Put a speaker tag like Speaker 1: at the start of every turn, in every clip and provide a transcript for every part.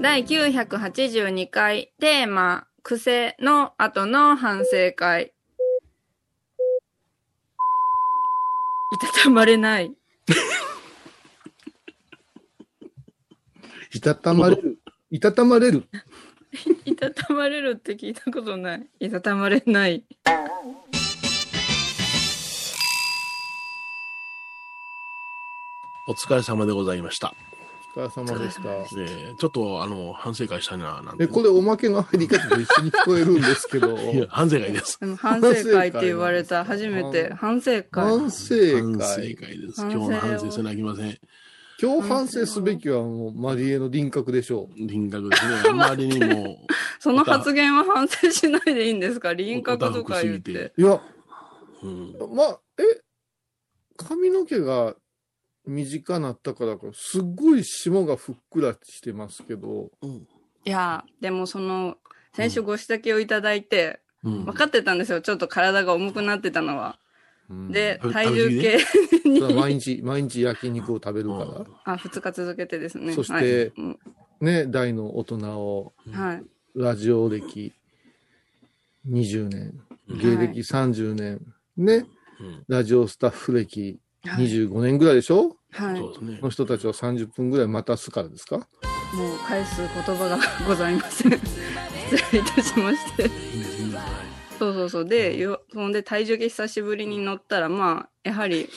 Speaker 1: 第982回テーマ「癖」の後の反省会いたたまれない
Speaker 2: いたたまれる。いたたまれる。
Speaker 1: いたたまれるって聞いたことない。いたたまれない。
Speaker 3: お疲れ様でございました。
Speaker 2: お疲れ様でし
Speaker 1: お疲れ様で
Speaker 2: た。
Speaker 3: えーちょっと、あの、反省会したいな、なんて。
Speaker 2: え、これおまけの入り方と一緒に聞こえるんですけど、
Speaker 3: いや、反省会です。
Speaker 1: でも反省会って言われた。初めて反省会。
Speaker 2: 反省
Speaker 3: 反省会
Speaker 2: 会。
Speaker 3: です。
Speaker 1: 反省
Speaker 3: 今日
Speaker 1: を
Speaker 3: の反省せなきゃいけません。
Speaker 2: 今日反省すべきはもうマリエの輪郭でしょ
Speaker 3: 輪郭で すね。あまりにも、
Speaker 1: その発言は反省しないでいいんですか輪郭とか言っ
Speaker 3: おおたふくすぎ
Speaker 1: て
Speaker 3: て。
Speaker 2: う。いや、
Speaker 3: うん、
Speaker 2: まあ、え、髪の毛が短なったからか、すっごい霜がふっくらしてますけど、
Speaker 1: いや、でもその、先週ご指摘をいただいて、
Speaker 3: うん
Speaker 1: 分。かってたんですよ。ちょっと体が重くなってたのは。
Speaker 2: うん
Speaker 1: で、
Speaker 3: うん
Speaker 1: 体重計
Speaker 2: それは
Speaker 1: に、
Speaker 2: 毎日、 毎日焼肉を食べるか
Speaker 1: あ、2日続けてですね。
Speaker 2: そして
Speaker 1: はいうん
Speaker 2: ら、ね、大の大人を、
Speaker 1: はい。
Speaker 2: ラジオ歴20年、芸歴30年、ね、
Speaker 3: うん
Speaker 2: ラジオスタッフ歴
Speaker 1: はい。
Speaker 2: 25年ぐらいでしょ、
Speaker 1: はい
Speaker 3: そうですね
Speaker 2: の。人たちを30分ぐらい待たすからですか
Speaker 1: もう返す言葉が ございません。失礼いたしまして。そうそうそう。で、よそんで体重計久しぶりに乗ったら、まあ、やはり、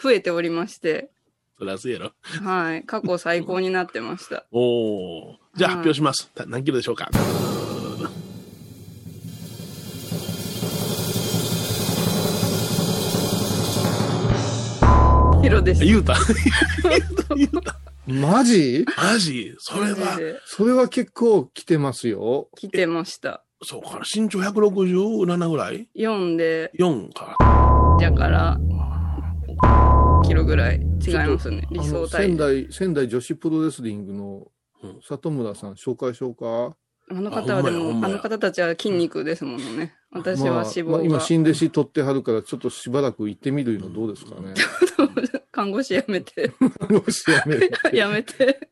Speaker 1: 増えておりまして、
Speaker 3: そりゃそうやろ。
Speaker 1: はい。過去最高になってました。
Speaker 3: おーじゃあ
Speaker 1: はい
Speaker 3: 発表します。た何キロでしょうか
Speaker 1: ヒロです。
Speaker 3: 言うた。言うた。
Speaker 2: マジ
Speaker 3: マジそれは、
Speaker 1: で
Speaker 2: それは結構来てますよ。
Speaker 1: 来てました。
Speaker 3: そうか、身長167ぐらい
Speaker 1: 4で、
Speaker 3: ?4 か。
Speaker 1: だから、キロぐらい違いますね。理
Speaker 2: あ
Speaker 1: 想
Speaker 2: の
Speaker 1: 体
Speaker 2: 仙
Speaker 1: 重。
Speaker 2: 台、仙台女子プロレスリングの
Speaker 3: うん
Speaker 2: 里村さん、紹介しようか。
Speaker 1: あの方はで
Speaker 3: あほんまや
Speaker 1: も
Speaker 3: ほん、
Speaker 1: あ
Speaker 3: まや
Speaker 1: の方たちは筋肉ですものね。私は脂
Speaker 2: まあまあ
Speaker 1: 肪
Speaker 2: 今、
Speaker 1: が。
Speaker 2: 新弟子取ってはるから、ちょっとしばらく行ってみるのどうで すかね。
Speaker 1: 看護師やめて。
Speaker 2: よしやめる
Speaker 1: やめて。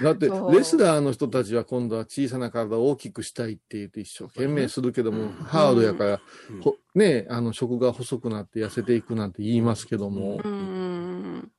Speaker 2: だって、
Speaker 1: そう
Speaker 2: レスラーの人たちは今度は小さな体を大きくしたいって言って一生懸命するけども、ハードやから、
Speaker 3: うん
Speaker 2: ほね、あの、食が細くなって痩せていくなんて言いますけども、
Speaker 1: うーん。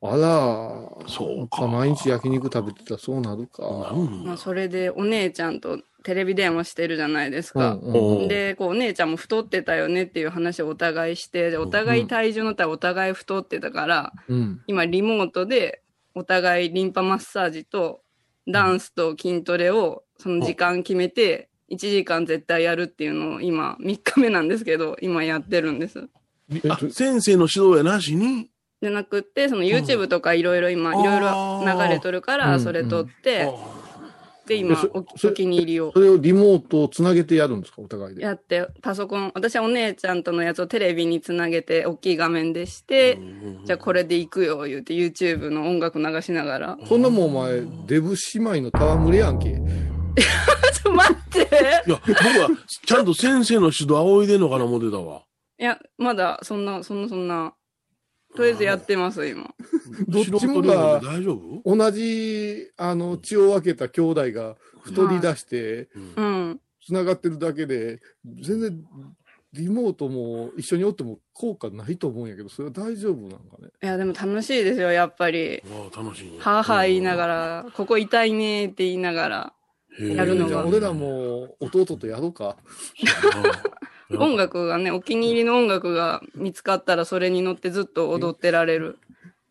Speaker 2: あら、
Speaker 3: そうか
Speaker 2: やっぱ毎日焼肉食べてたらそうなる
Speaker 3: な
Speaker 2: か。
Speaker 3: る
Speaker 1: ま
Speaker 3: ん
Speaker 1: あ、
Speaker 3: だ。
Speaker 1: それでお姉ちゃんとテレビ電話してるじゃないです
Speaker 2: う
Speaker 1: か。
Speaker 2: んうん
Speaker 3: うん
Speaker 1: で、こう、お姉ちゃんも太ってたよねっていう話をお互いして、でお互い体重のったらお互い太ってたから、
Speaker 2: うん。
Speaker 1: 今リモートでお互いリンパマッサージとダンスと筋トレをその時間決めて、1時間絶対やるっていうのを今、3日目なんですけど、今やってるんです。
Speaker 2: え
Speaker 3: あ
Speaker 2: っと、
Speaker 3: 先生の指導やなしに、
Speaker 1: じゃなくって、その YouTube とかいろいろ今、
Speaker 3: あー
Speaker 1: いろいろ流れとるか
Speaker 2: う
Speaker 1: ら、
Speaker 2: ん
Speaker 1: それ撮って、
Speaker 3: あ
Speaker 1: で、今
Speaker 2: えそ
Speaker 1: お
Speaker 2: そ
Speaker 1: お気に入りを
Speaker 2: それをリモートをつなげてやるんですか、お互いで。
Speaker 1: やって、パソコン、私はお姉ちゃんとのやつをテレビにつなげて、大きい画面でして、じゃあこれで行くよ、言うて YouTube の音楽流しなが ら。
Speaker 2: そんなもんお前、デブ姉妹の戯れやんけ。
Speaker 1: ちょっと待って
Speaker 3: いや、僕はちゃんと先生の指導仰いでんのかな思ってたわ。
Speaker 1: いや、まだ、そんな、そんな、そんな、とりあえずやってます、今。
Speaker 2: どっちもが
Speaker 3: 素人レベルで大丈夫
Speaker 2: 同じ、あの、血を分けた兄弟が太り出して、
Speaker 1: うん。
Speaker 2: つながってるだけで、全然リモートも一緒におっても効果ないと思うんやけど、それは大丈夫なんかね。
Speaker 1: いや、でも楽しいですよ、やっぱり。
Speaker 3: わあ楽しいね。
Speaker 1: はあはあ言いなが
Speaker 3: ら
Speaker 1: ら、ここ痛いねーって言いながら、やるのが
Speaker 2: じゃあ俺ら。も弟とやろうか。
Speaker 1: 音楽がね、お気に入りの音楽が見つかったら、それに乗ってずっと踊ってられる。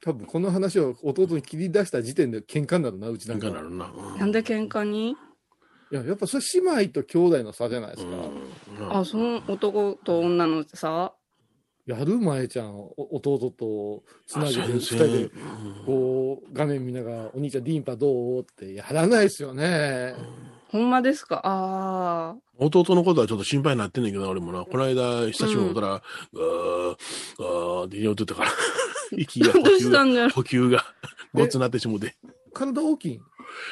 Speaker 2: 多分この話を弟に切り出した時点で喧嘩になるな、うち
Speaker 3: な
Speaker 2: なんんか。
Speaker 3: かなるな。うん
Speaker 1: なんで喧嘩に
Speaker 2: いや、やっぱそれ姉妹と兄弟の差じゃないですか。
Speaker 3: うん
Speaker 1: あ、その男と女のさ、
Speaker 2: やる前ちゃん、お弟とつなげて
Speaker 3: あ
Speaker 2: 二
Speaker 3: 先
Speaker 2: 人で
Speaker 3: 生。
Speaker 2: こう画面見ながら、お兄ちゃんリンパどうってやらないですよね。
Speaker 1: ほんまですかああ。
Speaker 3: 弟のことはちょっと心配になってんねんけどな、俺もな。この間、久しぶりに会ったら、うー、うーって言おうと ったから、息が
Speaker 1: ど
Speaker 3: 呼
Speaker 1: うし
Speaker 3: 吸
Speaker 1: た
Speaker 3: が、
Speaker 1: んだろ
Speaker 3: 呼吸が、ごっつなってしもて。
Speaker 2: 体大きいん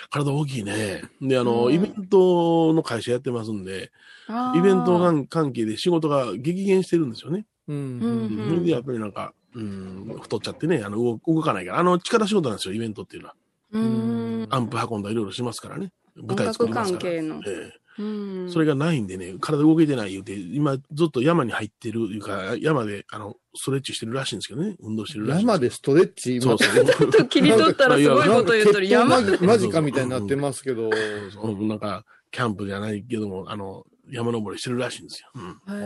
Speaker 3: 体大きいね。で、あの、
Speaker 1: うん
Speaker 3: イベントの会社やってますんで、
Speaker 1: あー
Speaker 3: イベント関関係で仕事が激減してるんですよね。
Speaker 2: う。
Speaker 1: うんん
Speaker 3: うんそれで、やっぱりなんか、うん、太っちゃってね、あの動、動かないから、あの、力仕事なんですよ、イベントっていうのは。
Speaker 1: うん
Speaker 3: アンプ運んだりいろいろしますからね。舞
Speaker 1: 音
Speaker 3: 台作
Speaker 1: 楽
Speaker 3: ります
Speaker 1: 関
Speaker 3: から。
Speaker 1: 係
Speaker 3: え
Speaker 1: の。
Speaker 3: え
Speaker 1: うん
Speaker 3: それがないんでね、体動けてない言うて、今ずっと山に入ってるいうか、山で、あの、ストレッチしてるらしいんですけどね、運動してるらしいん
Speaker 2: 山
Speaker 3: で
Speaker 2: でストレッチ
Speaker 3: す
Speaker 2: 今
Speaker 3: そうそう。そう
Speaker 1: ちょっと切り取ったらすごいこと言っとる。
Speaker 2: なんか
Speaker 1: 山。
Speaker 2: 血統間近みたいになってますけど、
Speaker 3: そうなんか、キャンプじゃないけども、あの、山登りしてるらしいんですよ。うん、
Speaker 1: へ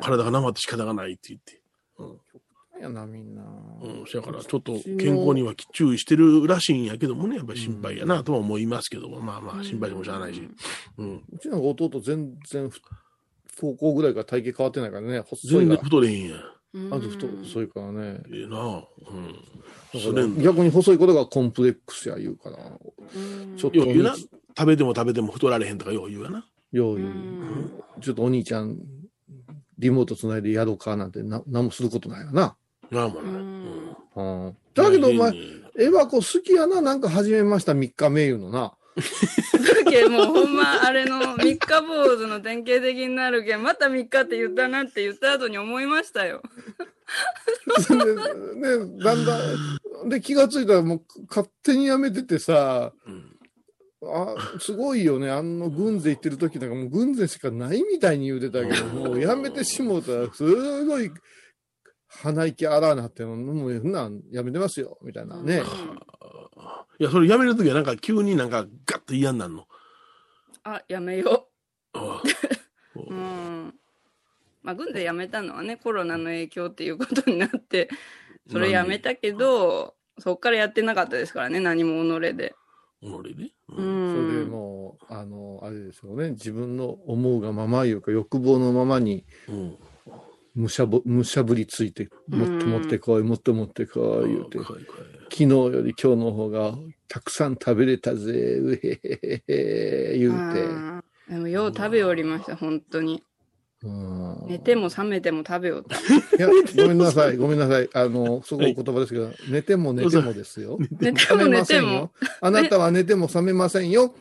Speaker 1: ー
Speaker 3: 体が生って仕方がないって言って。
Speaker 2: やな、みんな。
Speaker 3: うん、そやから、ちょっと健康には注意してるらしいんやけどもね、やっぱり心配やなとは思いますけども、まあまあ、心配でもしゃあないし。うん。
Speaker 2: うちの弟全然ふ、高校ぐらいから体型変わってないからね、細いか
Speaker 3: 全然
Speaker 2: ら。
Speaker 3: 太れへんや
Speaker 1: う
Speaker 3: ん。
Speaker 1: ん
Speaker 2: あと太、細いからね。
Speaker 3: ええなあうん。
Speaker 2: だ
Speaker 3: そ
Speaker 2: か
Speaker 3: れ
Speaker 2: ら
Speaker 3: ん
Speaker 2: 逆に細いことがコンプレックスや言うから。
Speaker 1: うん
Speaker 2: ちょっと
Speaker 3: よう言うな。食べても食べても太られへんとかよう言うやな。
Speaker 2: よ
Speaker 1: う
Speaker 2: う言う、
Speaker 1: ん
Speaker 2: ちょっとお兄ちゃん、リモートつないでやろうかなんてな、何もすることないよな。
Speaker 3: なあもない。
Speaker 1: う
Speaker 3: うんん
Speaker 2: うん、だけどお前、エバコ好きやな、なんか始めました、3日目言うのな。
Speaker 1: だけどもうほんまあれの三日坊主の典型的になるけんまた三日って言ったなって言った後に思いましたよ。
Speaker 2: で、でだんだん、で、気がついたらもう勝手にやめててさ、
Speaker 3: うん
Speaker 2: あすごいよね、あの軍勢行ってる時なんかもう軍勢しかないみたいに言うてたけど、もうやめてしもうたら、すごい鼻息荒なって、もうそんなんやめてますよ、みたいなね。
Speaker 3: あいや、それやめるときはなんか急になんかガッと嫌になるの。
Speaker 1: あやめよ
Speaker 3: ああ
Speaker 1: う。うん。まあ軍でやめたのはねコロナの影響っていうことになってそれやめたけどそっからやってなかったですからね何も己で。
Speaker 3: 俺ね。う
Speaker 1: うん
Speaker 2: それで
Speaker 1: ん。
Speaker 2: もう、あの、あれですよね、自分の思うがままいうか、欲望のままに、
Speaker 3: うん。
Speaker 2: むしゃぼ、むしゃぶりついて、もっと持ってこい、もっと持ってこい、言うて。
Speaker 3: 怖い怖い
Speaker 2: 昨日より今日の方がたくさん食べれたぜ、うへへへへ、言うて。
Speaker 1: あーでもよう食べおりました本当に
Speaker 2: うん
Speaker 1: 寝ても覚めても食べよっ た。
Speaker 2: いや、ごめんなさい、ごめんなさい。あの、そこお言葉ですけど、寝ても寝てもですよ。
Speaker 1: 寝て
Speaker 2: 覚
Speaker 1: も
Speaker 2: め
Speaker 1: 寝
Speaker 2: ませ
Speaker 1: て
Speaker 2: ん
Speaker 1: も
Speaker 2: よ。あなたは寝ても覚めませんよ。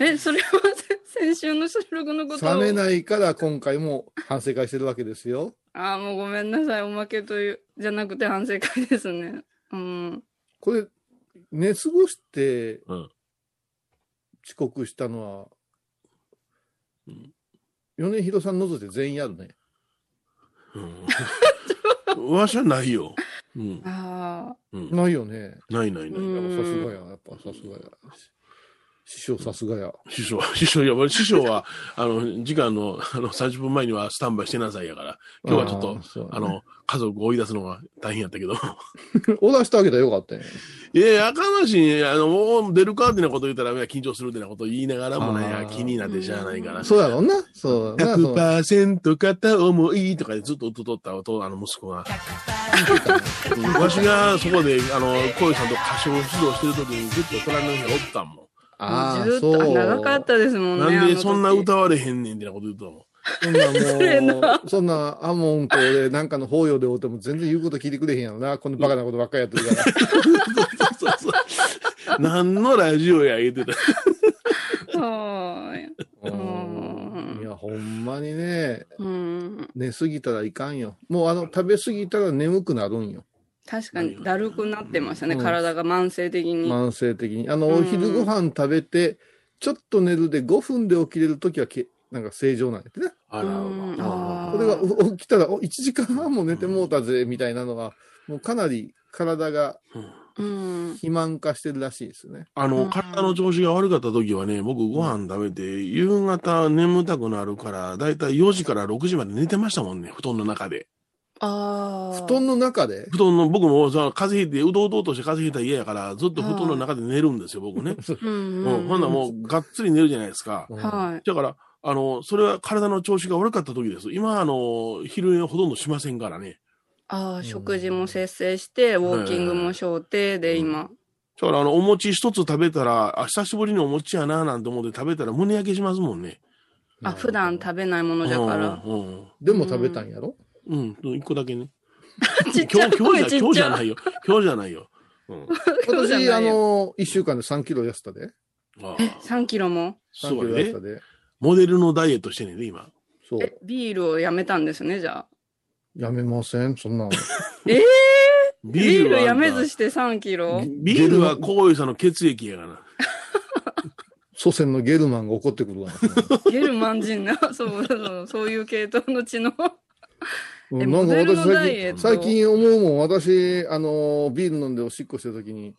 Speaker 1: え、それは先先週の収録のこと
Speaker 2: 覚めないから今回も反省会してるわけですよ。
Speaker 1: ああ、もうごめんなさい。おまけという、じゃなくて反省会ですね。うん。
Speaker 2: これ、寝過ごして
Speaker 3: うん
Speaker 2: 遅刻したのは、
Speaker 3: うん
Speaker 2: 米広さん除いて全員やるね。
Speaker 3: うん。わしはないよ。うん。
Speaker 1: ああ、
Speaker 3: うん
Speaker 2: ないよね。
Speaker 3: ないないな
Speaker 1: う
Speaker 3: い。
Speaker 2: やっぱさすが
Speaker 1: ん。
Speaker 2: や、やっぱさすがや。師匠さすがや。
Speaker 3: 師匠は、師 匠、いや、俺師匠は、あの、時間の、あの、30分前にはスタンバイしてなさいやから、今日はちょっと
Speaker 2: あーそう
Speaker 3: あの、家族を追い出すのが大変やったけど。
Speaker 2: オーダーしてあげたらよかったね。
Speaker 3: いやいや、あかんわし、あの、もう出るかってなこと言ったら、いや緊張するってなこと言いながらもね、い
Speaker 2: あー
Speaker 3: や気になってしゃあないから。
Speaker 2: そうやろうな。そうやな。そう
Speaker 3: 100%片思いとかでずっと歌っとった音、あの息子が。うんわしがそこで、あの、恋さんと歌唱指導してる時にずっと隣の人がおったも
Speaker 2: あ
Speaker 1: ず
Speaker 2: あ、
Speaker 1: っと
Speaker 2: そ
Speaker 1: あ
Speaker 2: う。
Speaker 1: 長かったですもん
Speaker 3: ん。
Speaker 1: ね。
Speaker 3: なん
Speaker 1: あの
Speaker 3: で
Speaker 1: 時
Speaker 3: そん な歌われへんねんってなこと言っとったもん。
Speaker 2: そんな
Speaker 1: れ
Speaker 2: も
Speaker 1: な
Speaker 2: う、そんな、アモンと俺なんかの法要で会うても全然言うこと聞いてくれへんやろな。このバカなことばっかりやってるから。
Speaker 3: そうそうそう。 何のラジオや言うてた。
Speaker 1: そう。
Speaker 2: うんいや、ほんまにね、
Speaker 1: うん。
Speaker 2: 寝すぎたらいかんよ。もうあの、食べすぎたら眠くなるんよ。
Speaker 1: 確かにだるくなってましたね。
Speaker 2: うん
Speaker 1: 体が慢性的に。
Speaker 2: 慢性的に。あの、
Speaker 1: うん
Speaker 2: お昼ご飯食べて、ちょっと寝るで5分で起きれるときはけ、なんか正常なんやってね。
Speaker 3: あ
Speaker 1: うんあ
Speaker 2: これがう起きたら、お、1時間半も寝てもうたぜ、みたいなのは、もうかなり体が
Speaker 1: うん。
Speaker 2: 肥満化してるらしいですね。
Speaker 3: あ
Speaker 1: う
Speaker 3: の、
Speaker 1: ん
Speaker 3: 体の調子が悪かった時はね、僕ご飯食べて、夕方眠たくなるから、だいたい4時から6時まで寝てましたもんね、布団の中で。
Speaker 1: ああ。
Speaker 2: 布団の中で
Speaker 3: 布団の、僕もさ、風邪ひいて、うとうとうとして風邪ひいたら嫌やから、ずっと布団の中で寝るんですよ、僕ね。
Speaker 1: うん、う
Speaker 3: う。
Speaker 1: んん。
Speaker 3: ほんならもう、がっつり寝るじゃないですか。
Speaker 1: はい。
Speaker 3: だから、あの、それは体の調子が悪かった時です。今、あの、昼寝をほとんどしませんからね。
Speaker 1: ああ、食事も節制して、ウォーキングも小手で今。
Speaker 3: だから、あの、お餅一つ食べたら、あ、久しぶりにお餅やな、なんて思って食べたら胸焼けしますもんね。
Speaker 1: あ、普段
Speaker 2: べ
Speaker 1: 食べないものじゃから。
Speaker 3: うんうんうん
Speaker 2: でも食べたんやろ
Speaker 3: うん、一個だけね。
Speaker 1: ちっち
Speaker 3: 今
Speaker 1: ゃい
Speaker 3: 日、今日
Speaker 1: 声 ち
Speaker 3: じゃ、
Speaker 1: っ
Speaker 3: 今日
Speaker 1: ち
Speaker 3: じゃ
Speaker 1: ゃ
Speaker 3: ないよ。今日じゃないよ。うん。
Speaker 1: そうじゃない
Speaker 2: 私、
Speaker 1: よ
Speaker 2: あの、1週間で3キロ痩せたで。
Speaker 3: ああ
Speaker 1: 3キロも。
Speaker 3: す
Speaker 2: 3キ
Speaker 3: ご
Speaker 2: ロ
Speaker 3: い
Speaker 2: 痩せ
Speaker 3: ね
Speaker 2: た。で。
Speaker 3: モデルのダイエットしてんねんね、今。
Speaker 2: そう。
Speaker 1: え、ビールをやめたんですね、じゃあ。
Speaker 2: やめません、そんなの。
Speaker 1: えー、ビール
Speaker 3: は
Speaker 1: やめずして3キロ
Speaker 3: ビールはこういうさんの血液やがな。
Speaker 2: 祖先のゲルマンが怒って くるわ。
Speaker 1: ゲルマン人な、 そうそう、そういう系統の血の。
Speaker 2: う
Speaker 1: え
Speaker 2: んなん
Speaker 1: モ
Speaker 2: か
Speaker 1: デルの
Speaker 2: 私
Speaker 1: ダイエ
Speaker 2: 最
Speaker 1: ッ
Speaker 2: 近、
Speaker 1: ト
Speaker 2: 最近思うもん、私、あの、ビール飲んでおしっこしてるときに、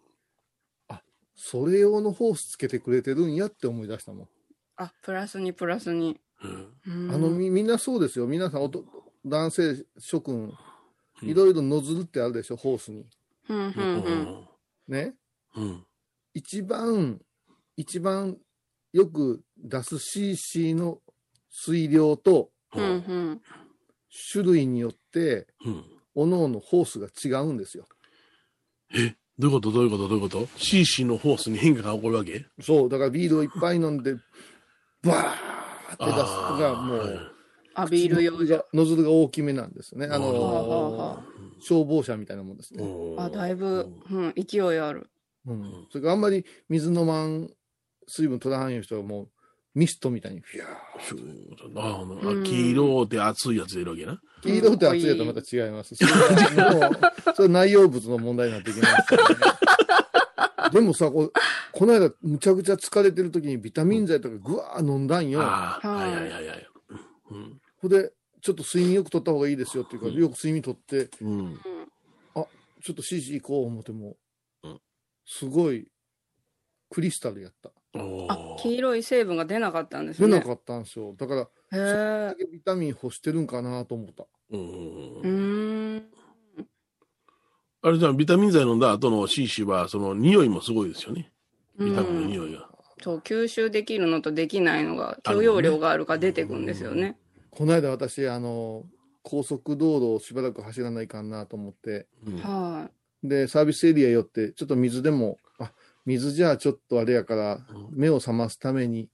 Speaker 2: あ、それ用のホースつけてくれてるんやって思い出したもん。
Speaker 1: あ、プラスにプラスに。
Speaker 3: うん。
Speaker 1: うん
Speaker 2: あの、み、みんなそうですよ。皆さん、おと男性諸君、
Speaker 3: うん
Speaker 2: いろいろノズルってあるでしょ、ホースに。
Speaker 1: うんうんうん。
Speaker 2: ね。
Speaker 3: うん。
Speaker 2: 一番、一番よく出す CC の水量と
Speaker 1: うんうん。
Speaker 2: 種類によって、
Speaker 3: うん。
Speaker 2: おのおのホースが違うんですよ。
Speaker 3: どういうことどういうことどういうこと ?CC のホースに変化が起こるわけ
Speaker 2: そう、だからビールをいっぱい飲んで、バーって出すのがも
Speaker 3: あ
Speaker 2: う、
Speaker 1: あ、ビール用じゃ。
Speaker 2: ノズルが大きめなんですね。あ
Speaker 3: なるほ
Speaker 1: はあは
Speaker 2: の、
Speaker 1: あは
Speaker 2: 消防車みたいなもんです
Speaker 3: ー
Speaker 2: ね。
Speaker 3: おー
Speaker 1: あ。あ、だいぶ、うん、勢いある。
Speaker 2: うん。それからあんまり水飲まん、水分取らはんよう人はもう、ミストみたいに、フィャー。
Speaker 3: ああ、黄色で熱いやつ出るわけな。
Speaker 2: 黄色と熱いやつはまた違い ます。それはもう、それは内容物の問題になってきますからね。 でもさ、ここの間、むちゃくちゃ疲れてる時にビタミン剤とかぐわー飲んだんよ。
Speaker 3: ああ、は
Speaker 1: はいい
Speaker 3: はいはいはい。うん。
Speaker 2: ほんで、ちょっと睡眠よく取った方がいいですよっていうから、よく睡眠取って、
Speaker 3: うん。
Speaker 2: ちょっと CG 行こう思っても、
Speaker 3: うん
Speaker 2: すごい、クリスタルやった。
Speaker 3: お
Speaker 1: あ、
Speaker 3: ー
Speaker 1: 黄色い成分が出なかったんです
Speaker 2: 出
Speaker 1: ね。
Speaker 2: なかったんですよ。だから、
Speaker 1: へ
Speaker 2: だ
Speaker 1: え。
Speaker 2: けビタミン欲してるんかなと思った。
Speaker 3: うん
Speaker 1: うーん。
Speaker 3: あれじゃん、ビタミン剤飲んだ後の CC は、その匂いもすごいですよね。
Speaker 1: う
Speaker 3: ビタミンの
Speaker 1: ん、
Speaker 3: 匂いが。
Speaker 1: そう吸収できるのとできないのが許容量があるから出てくんですよね。
Speaker 2: この間私、あの、高速道路をしばらく走らないかなと思って、
Speaker 3: うん
Speaker 1: は
Speaker 2: で、サービスエリア寄って、ちょっと水でも、あ、水じゃあちょっとあれやから、
Speaker 3: うん
Speaker 2: 目を覚ますために、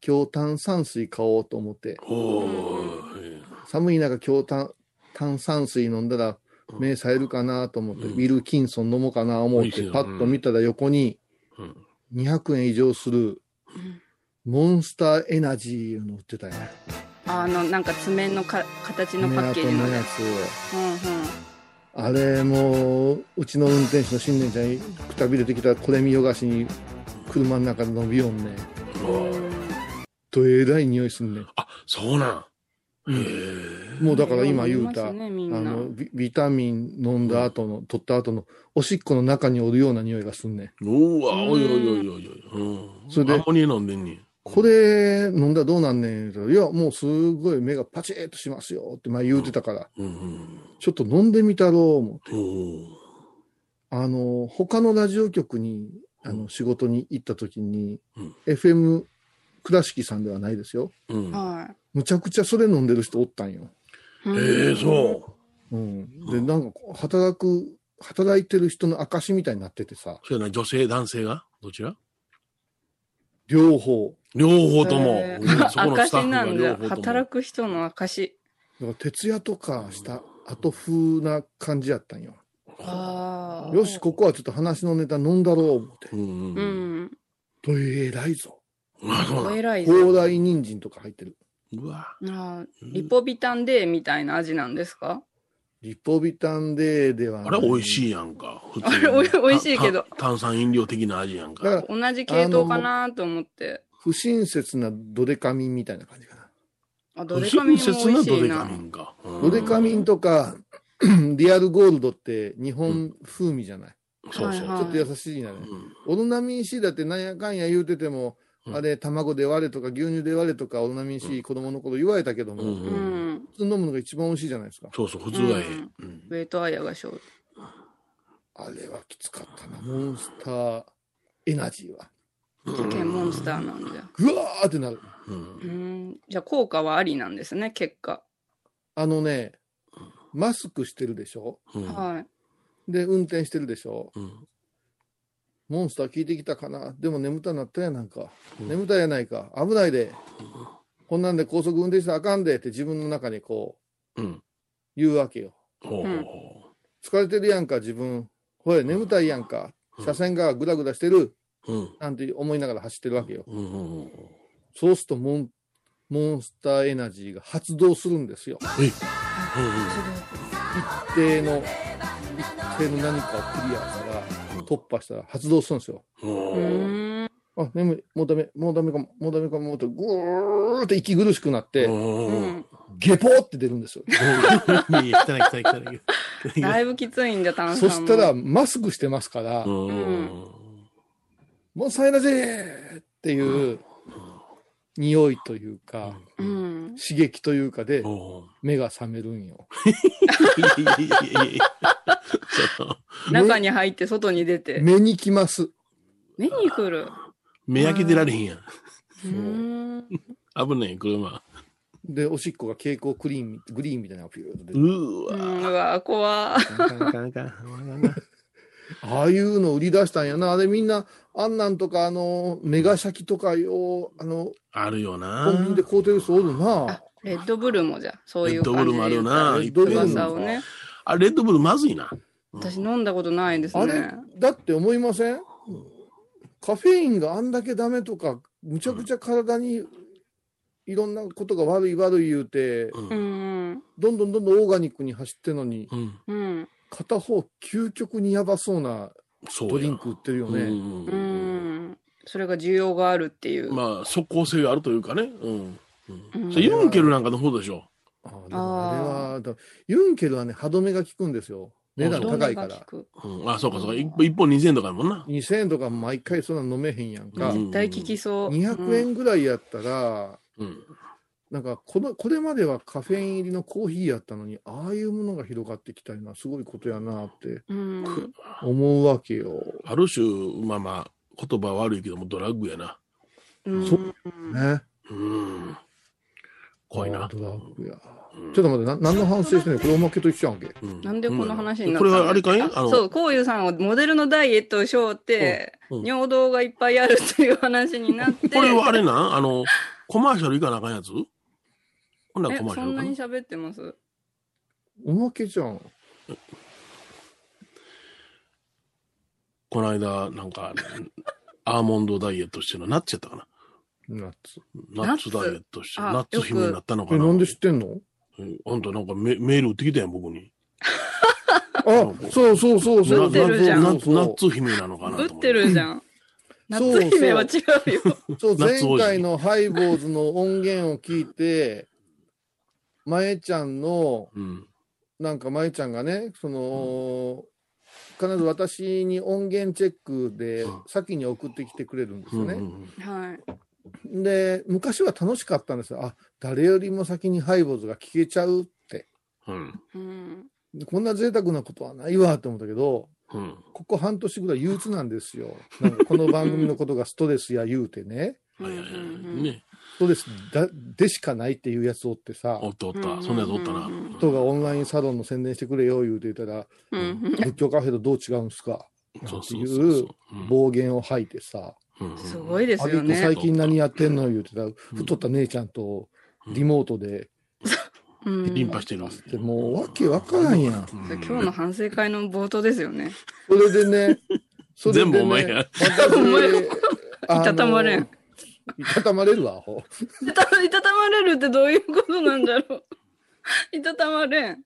Speaker 2: 強炭酸水買おうと思って、
Speaker 3: おー
Speaker 2: 寒い中強炭炭酸水飲んだら
Speaker 3: うん
Speaker 2: 目冴えるかなと思って、
Speaker 3: うん
Speaker 2: ウィルキンソン飲もうかな思っ
Speaker 3: 美味
Speaker 2: て
Speaker 3: しいよ
Speaker 2: パッと見たら横に
Speaker 3: うん
Speaker 2: 200円以上する
Speaker 1: うん
Speaker 2: モンスターエナジーを売ってたよね。
Speaker 1: い。あのなんか爪のか形のパッケージの
Speaker 2: のや
Speaker 1: ね。
Speaker 2: つ。
Speaker 1: うんうん。
Speaker 2: あれもう、うちの運転手の新年ちゃんにくたびれてきたこれ見よがしに車の中で飲みよんね。とえらい匂いすんね。
Speaker 3: あ、そうなん。
Speaker 2: う
Speaker 3: へ
Speaker 2: ん
Speaker 3: え。
Speaker 2: もうだから今言うた、
Speaker 1: ありますねみん
Speaker 2: あ
Speaker 1: な
Speaker 2: のビ、ビタミン飲んだ後の、取った後のおしっこの中におるような匂いがすんね。
Speaker 3: うわ、おいおいおいおいおい。うん。
Speaker 2: それで
Speaker 3: アンモニア飲んでんねん。
Speaker 2: これ飲んだらどうなんねん言うたら。いや、もうすごい目がパチッとしますよって前言うてたから、
Speaker 3: うんうん。
Speaker 2: ちょっと飲んでみたろう思って。
Speaker 3: おー
Speaker 2: あの、他のラジオ局に、あ
Speaker 3: う
Speaker 2: の、仕事に行った時に、
Speaker 3: うん
Speaker 2: FM 倉敷さんではないですよ。
Speaker 3: うん。
Speaker 1: は
Speaker 2: むちゃくちゃそれ飲んでる人おったんよ。
Speaker 1: い。
Speaker 3: ええ、そう。
Speaker 2: うん。で、なんかこう、働く、働いてる人の証みたいになっててさ、
Speaker 3: そうやな、女性、男性がどちら
Speaker 2: 両方。
Speaker 3: 両方とも
Speaker 1: へ。
Speaker 3: うん
Speaker 1: ー
Speaker 3: そこのスタッ
Speaker 1: 証
Speaker 3: フ
Speaker 1: な
Speaker 3: が
Speaker 1: ん
Speaker 3: 両
Speaker 1: だ。
Speaker 3: 方とも。
Speaker 1: 働く人の証。
Speaker 2: だから徹夜とかした後風な感じやったんよ。
Speaker 1: ああ。
Speaker 2: よし、ここはちょっと話のネタ飲んだろう思って。
Speaker 3: うん
Speaker 1: う
Speaker 3: うん。
Speaker 1: ん。
Speaker 2: とえらいぞ。
Speaker 3: あ、そう
Speaker 1: お
Speaker 3: なん。
Speaker 1: 偉いぞ。
Speaker 2: 高麗人参とか入ってる。
Speaker 3: うわ。
Speaker 1: あーリポビタンデーみたいな味なんですか
Speaker 2: リポビタンデーでは
Speaker 3: あれ美味
Speaker 2: い。
Speaker 3: しいやんか。普
Speaker 1: あれおい美味しいけど
Speaker 3: たた炭酸飲料的な味やん
Speaker 2: だか
Speaker 3: か。
Speaker 2: ら、
Speaker 1: 同じ系統かなと思って。
Speaker 2: 不親切なドデカミンみたいな感じかな。
Speaker 1: あ、ドデカミンも美味し
Speaker 3: ド
Speaker 1: い
Speaker 3: デカ
Speaker 1: な
Speaker 3: ミ。ンか。うん
Speaker 2: ドデカミンと か、リアルゴールドって日本風味じゃない。
Speaker 3: そうそう。
Speaker 1: はい
Speaker 2: ち
Speaker 1: は
Speaker 2: ょっと優しいなね。
Speaker 3: うん
Speaker 2: オロナミン C だってなんやかんや言うてても、
Speaker 3: うん
Speaker 2: あれ、卵で割れとか牛乳で割れとかオロナミン C 子供の頃言われたけども、
Speaker 3: うん
Speaker 1: う
Speaker 3: うん
Speaker 1: ん。
Speaker 2: 普通に飲むのが一番美味しいじゃないですか。
Speaker 3: そうそう、普通はええ。うん
Speaker 1: ウェイトアイアが勝負。
Speaker 2: あれはきつかったな、モンスターエナジーは。
Speaker 1: 事件モンスターなんじゃ。
Speaker 2: ぐわーってなる。
Speaker 3: う
Speaker 1: うんん。じゃあ効果はありなんですね、結果。
Speaker 2: あのね、マスクしてるでしょ
Speaker 3: うん
Speaker 1: はい。
Speaker 2: で、運転してるでしょ
Speaker 3: うん
Speaker 2: モンスター聞いてきたかなでも眠たなったやなんか。
Speaker 3: うん
Speaker 2: 眠たいやないか。危ないで。こんなんで高速運転したらあかんでって自分の中にこ
Speaker 3: うん。
Speaker 2: う言うわけよ。
Speaker 3: ほうほうほ
Speaker 2: 疲れてるやんか、自分。ほれ、眠たいやんか。車線がグラグラしてる、
Speaker 3: うん。
Speaker 2: なんて思いながら走ってるわけよ。
Speaker 3: うんうんうん。
Speaker 2: そうするとモン、モンスターエナジーが発動するんですよ。一定の、一定の何かをクリアしたら、突破したら発動するんですよ。
Speaker 3: う
Speaker 1: う
Speaker 3: んうん。
Speaker 1: ん。
Speaker 2: あ、眠い、もうダメ、もうダメかも、もうダメかも、って、ぐーって息苦しくなって、
Speaker 3: うん。
Speaker 2: ゲポーって出るんですよ。
Speaker 3: いや汚い汚い汚い汚い
Speaker 1: だいぶきついんだ、炭酸
Speaker 2: そ
Speaker 1: も。
Speaker 2: したら、マスクしてますから、
Speaker 3: うん。
Speaker 2: モンスターエナジーっていう、匂いというか、
Speaker 1: うん。
Speaker 2: 刺激というかで、
Speaker 3: うん
Speaker 2: 目が覚めるんよ。
Speaker 3: いやいやいやいやちょっと
Speaker 1: 中に入って、外に出て。
Speaker 2: 目にきます。
Speaker 1: 目に来る。
Speaker 3: 目開けてられへんやん。
Speaker 1: うーん。
Speaker 3: 危ない、車。
Speaker 2: で、おしっこが蛍光クリーン、グリーンみたいなのがピューって出て
Speaker 3: うー
Speaker 1: う
Speaker 3: わ。
Speaker 1: んうわ、怖
Speaker 3: あかんあかんあかんあかんあかん
Speaker 2: ああいうの売り出したんやな。あれみんな、あんなんとか、あの、メガシャキとかよう、あの、
Speaker 3: あるよな
Speaker 2: コ。ンビニで買うてる人おるな
Speaker 1: あ。レッドブルもじゃ、そういう感じで言うたら。
Speaker 3: レッドブルもあるな
Speaker 2: レッドブルも
Speaker 1: 噂をね。
Speaker 3: あ、レッドブルまずいな。
Speaker 1: 私飲んだことないです
Speaker 2: あれ
Speaker 1: ね。、
Speaker 2: だって思いませんカフェインがあんだけダメとか、むちゃくちゃ体にいろんなことが悪い悪い言うて、
Speaker 3: う。
Speaker 1: うんん。
Speaker 2: どんどんどんどんオーガニックに走ってんのに、
Speaker 3: うん。
Speaker 1: うん。
Speaker 2: 片方究極にやばそうな
Speaker 3: そうや
Speaker 2: ドリンク売ってるよ
Speaker 3: う
Speaker 2: ね。
Speaker 3: ん
Speaker 1: う
Speaker 3: うん
Speaker 1: ん。それが需要があるっていう。
Speaker 3: まあ、即効性があるというかね。うん。
Speaker 1: う
Speaker 3: うんん、ユンケルなんかの方でしょ。
Speaker 2: あーでもあれは、だユンケルはね、歯止めが効くんですよ。値段高い
Speaker 1: どんな
Speaker 2: から
Speaker 1: が。効く
Speaker 3: うん、あ、そうかそうか。一本一本2000円とかやもんな。
Speaker 2: 2000円とか毎回そんな飲めへんやんか。
Speaker 3: うん
Speaker 1: 絶対効きそう。
Speaker 2: 200円ぐらいやったら、
Speaker 3: うん。
Speaker 2: なんかこの、これまではカフェイン入りのコーヒーやったのに、ああいうものが広がってきたのはすごいことやなって
Speaker 1: うん。うん。
Speaker 2: 思うわけよ。
Speaker 3: ある種、まあまあ、言葉悪いけども、ドラッグやな。
Speaker 1: うん
Speaker 2: そうね。
Speaker 3: うん。怖いな。
Speaker 2: ドラッグや。
Speaker 3: うん
Speaker 2: ちょっと待って、な何の反省してんねんこれおまけと一緒やんけ。
Speaker 3: うん
Speaker 1: なんでこの話になった
Speaker 3: これはあれかいあ
Speaker 1: あ
Speaker 3: の、
Speaker 1: そう、こういうさんはモデルのダイエットをしようって、
Speaker 3: うんうん
Speaker 1: 尿道がいっぱいあるという話になって。
Speaker 3: これはあれなんあの、コマーシャル行かなあかんやつこんなん
Speaker 1: え
Speaker 3: コマーシ
Speaker 1: そ
Speaker 3: ャル
Speaker 1: ん
Speaker 3: か
Speaker 1: な
Speaker 3: な
Speaker 1: に喋ってます
Speaker 2: おまけじゃん。
Speaker 3: この間、なんか、アーモンドダイエットしてるの、ナッツやったかな
Speaker 2: ナッツ。
Speaker 3: ナッツダイエットして、
Speaker 1: ナッツあ
Speaker 3: ナッツ姫になったのか
Speaker 2: え、
Speaker 3: な
Speaker 2: なんで知ってんの
Speaker 3: えあんたなんかメメール打ってきたやん、僕に。
Speaker 2: あ、そうそうそうそ
Speaker 3: な
Speaker 2: う。
Speaker 1: ぶってるじゃん
Speaker 3: な
Speaker 2: そ
Speaker 3: な
Speaker 2: うそう
Speaker 3: ナッツ姫なのかなと
Speaker 1: ぶ
Speaker 3: 思
Speaker 1: っ。てるじ ゃん。夏姫は違うよ。
Speaker 2: そう、
Speaker 3: ナッ
Speaker 2: 前
Speaker 3: ツ王子
Speaker 2: 回のハイボーズの音源を聞いて、まえちゃんの、
Speaker 3: うん。
Speaker 2: なんかまえちゃんがね、その、必ず私に音源チェックで
Speaker 3: うん
Speaker 2: 先に送ってきてくれるんですよね。
Speaker 3: うんうんうん
Speaker 1: はい。
Speaker 2: で、昔は楽しかったんですよ。あ、誰よりも先にハイボーズが聞けちゃうって。
Speaker 3: うん。
Speaker 1: うん。
Speaker 2: こんな贅沢なことはないわって思ったけど、
Speaker 3: うん。
Speaker 2: ここ半年ぐらい憂鬱なんですよ。なんかこの番組のことがストレスや言うてね、
Speaker 3: はいはいはい
Speaker 1: うんうんうん
Speaker 3: ね。
Speaker 2: ストレスだでしかないっていうやつおってさ、
Speaker 3: おったおった
Speaker 1: うんうんう。ん
Speaker 3: そんなやつおったな。
Speaker 2: 人がオンラインサロンの宣伝してくれよ言うてたら、
Speaker 1: うん。
Speaker 2: 仏教カフェとどう違うんすか
Speaker 3: そう
Speaker 2: って
Speaker 3: そ
Speaker 2: いうう
Speaker 3: そう
Speaker 2: 暴言を吐いてさ、
Speaker 3: うん。うん
Speaker 1: すごいですよ
Speaker 2: あげく
Speaker 1: ね。
Speaker 2: 最近何やってんの言うてたら、太った姉ちゃんとリモートで、
Speaker 1: うん
Speaker 3: リンパしてる。
Speaker 2: でもうわけわからんやん。
Speaker 3: うん
Speaker 1: それ今日の反省会の冒頭ですよね。
Speaker 2: それでね、それでね
Speaker 3: 全部お前や。
Speaker 2: 私
Speaker 1: お前の
Speaker 2: あの
Speaker 1: いたたまれん。
Speaker 2: いたたまれるわ、アホ。
Speaker 1: いたたいたたまれるってどういうことなんだろう。い たたまれん。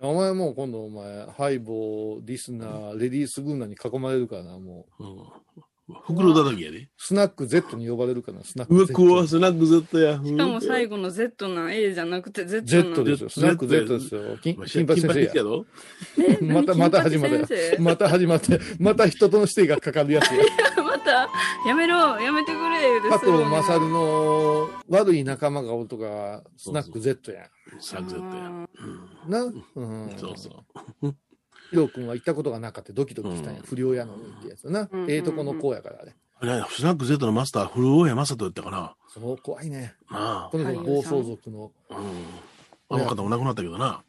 Speaker 2: お前もう今度お前、ハイボー、リスナー、レディース軍団に囲まれるからな、もう。
Speaker 3: うん袋叩きやで。
Speaker 2: スナック Z に呼ばれるからな、スナッ
Speaker 3: う
Speaker 2: ク
Speaker 3: わ、
Speaker 2: Z。
Speaker 3: 怖い、スナック Z や。
Speaker 1: しかも最
Speaker 3: 後。
Speaker 1: 後の Z な A じゃなくて Z な
Speaker 2: Z ですよ。ス
Speaker 3: Z
Speaker 2: ナック Z ですよ。金金
Speaker 3: 金
Speaker 2: 八先
Speaker 3: 八
Speaker 2: 生
Speaker 3: 先生
Speaker 2: や
Speaker 3: や。ろ
Speaker 1: ね
Speaker 2: また、また始まっ
Speaker 1: 金八
Speaker 2: て
Speaker 1: 先、
Speaker 2: また始まって、また人との指定がかかるやつや。
Speaker 1: 生 また、やめろ、やめてくれ、言うて
Speaker 2: 加
Speaker 1: スロ
Speaker 2: 藤
Speaker 1: ー
Speaker 2: 勝の悪い仲間がおるとか、スナック Z や
Speaker 3: スナック Z や。
Speaker 2: ん。な、うん。
Speaker 3: そうそう。
Speaker 2: ヒロ君は行ったことがなかったドキドキしたんや。
Speaker 3: うん
Speaker 2: 不良やのにってやつだな。
Speaker 1: うんうん
Speaker 2: ええとこの子やからね。
Speaker 3: ねスナック Z のマスター、古尾屋正人やったかな。な
Speaker 2: そう、怖いね。
Speaker 3: あ。
Speaker 2: この子暴走族の、
Speaker 3: うん。あの方も亡くなったけどな。
Speaker 2: あ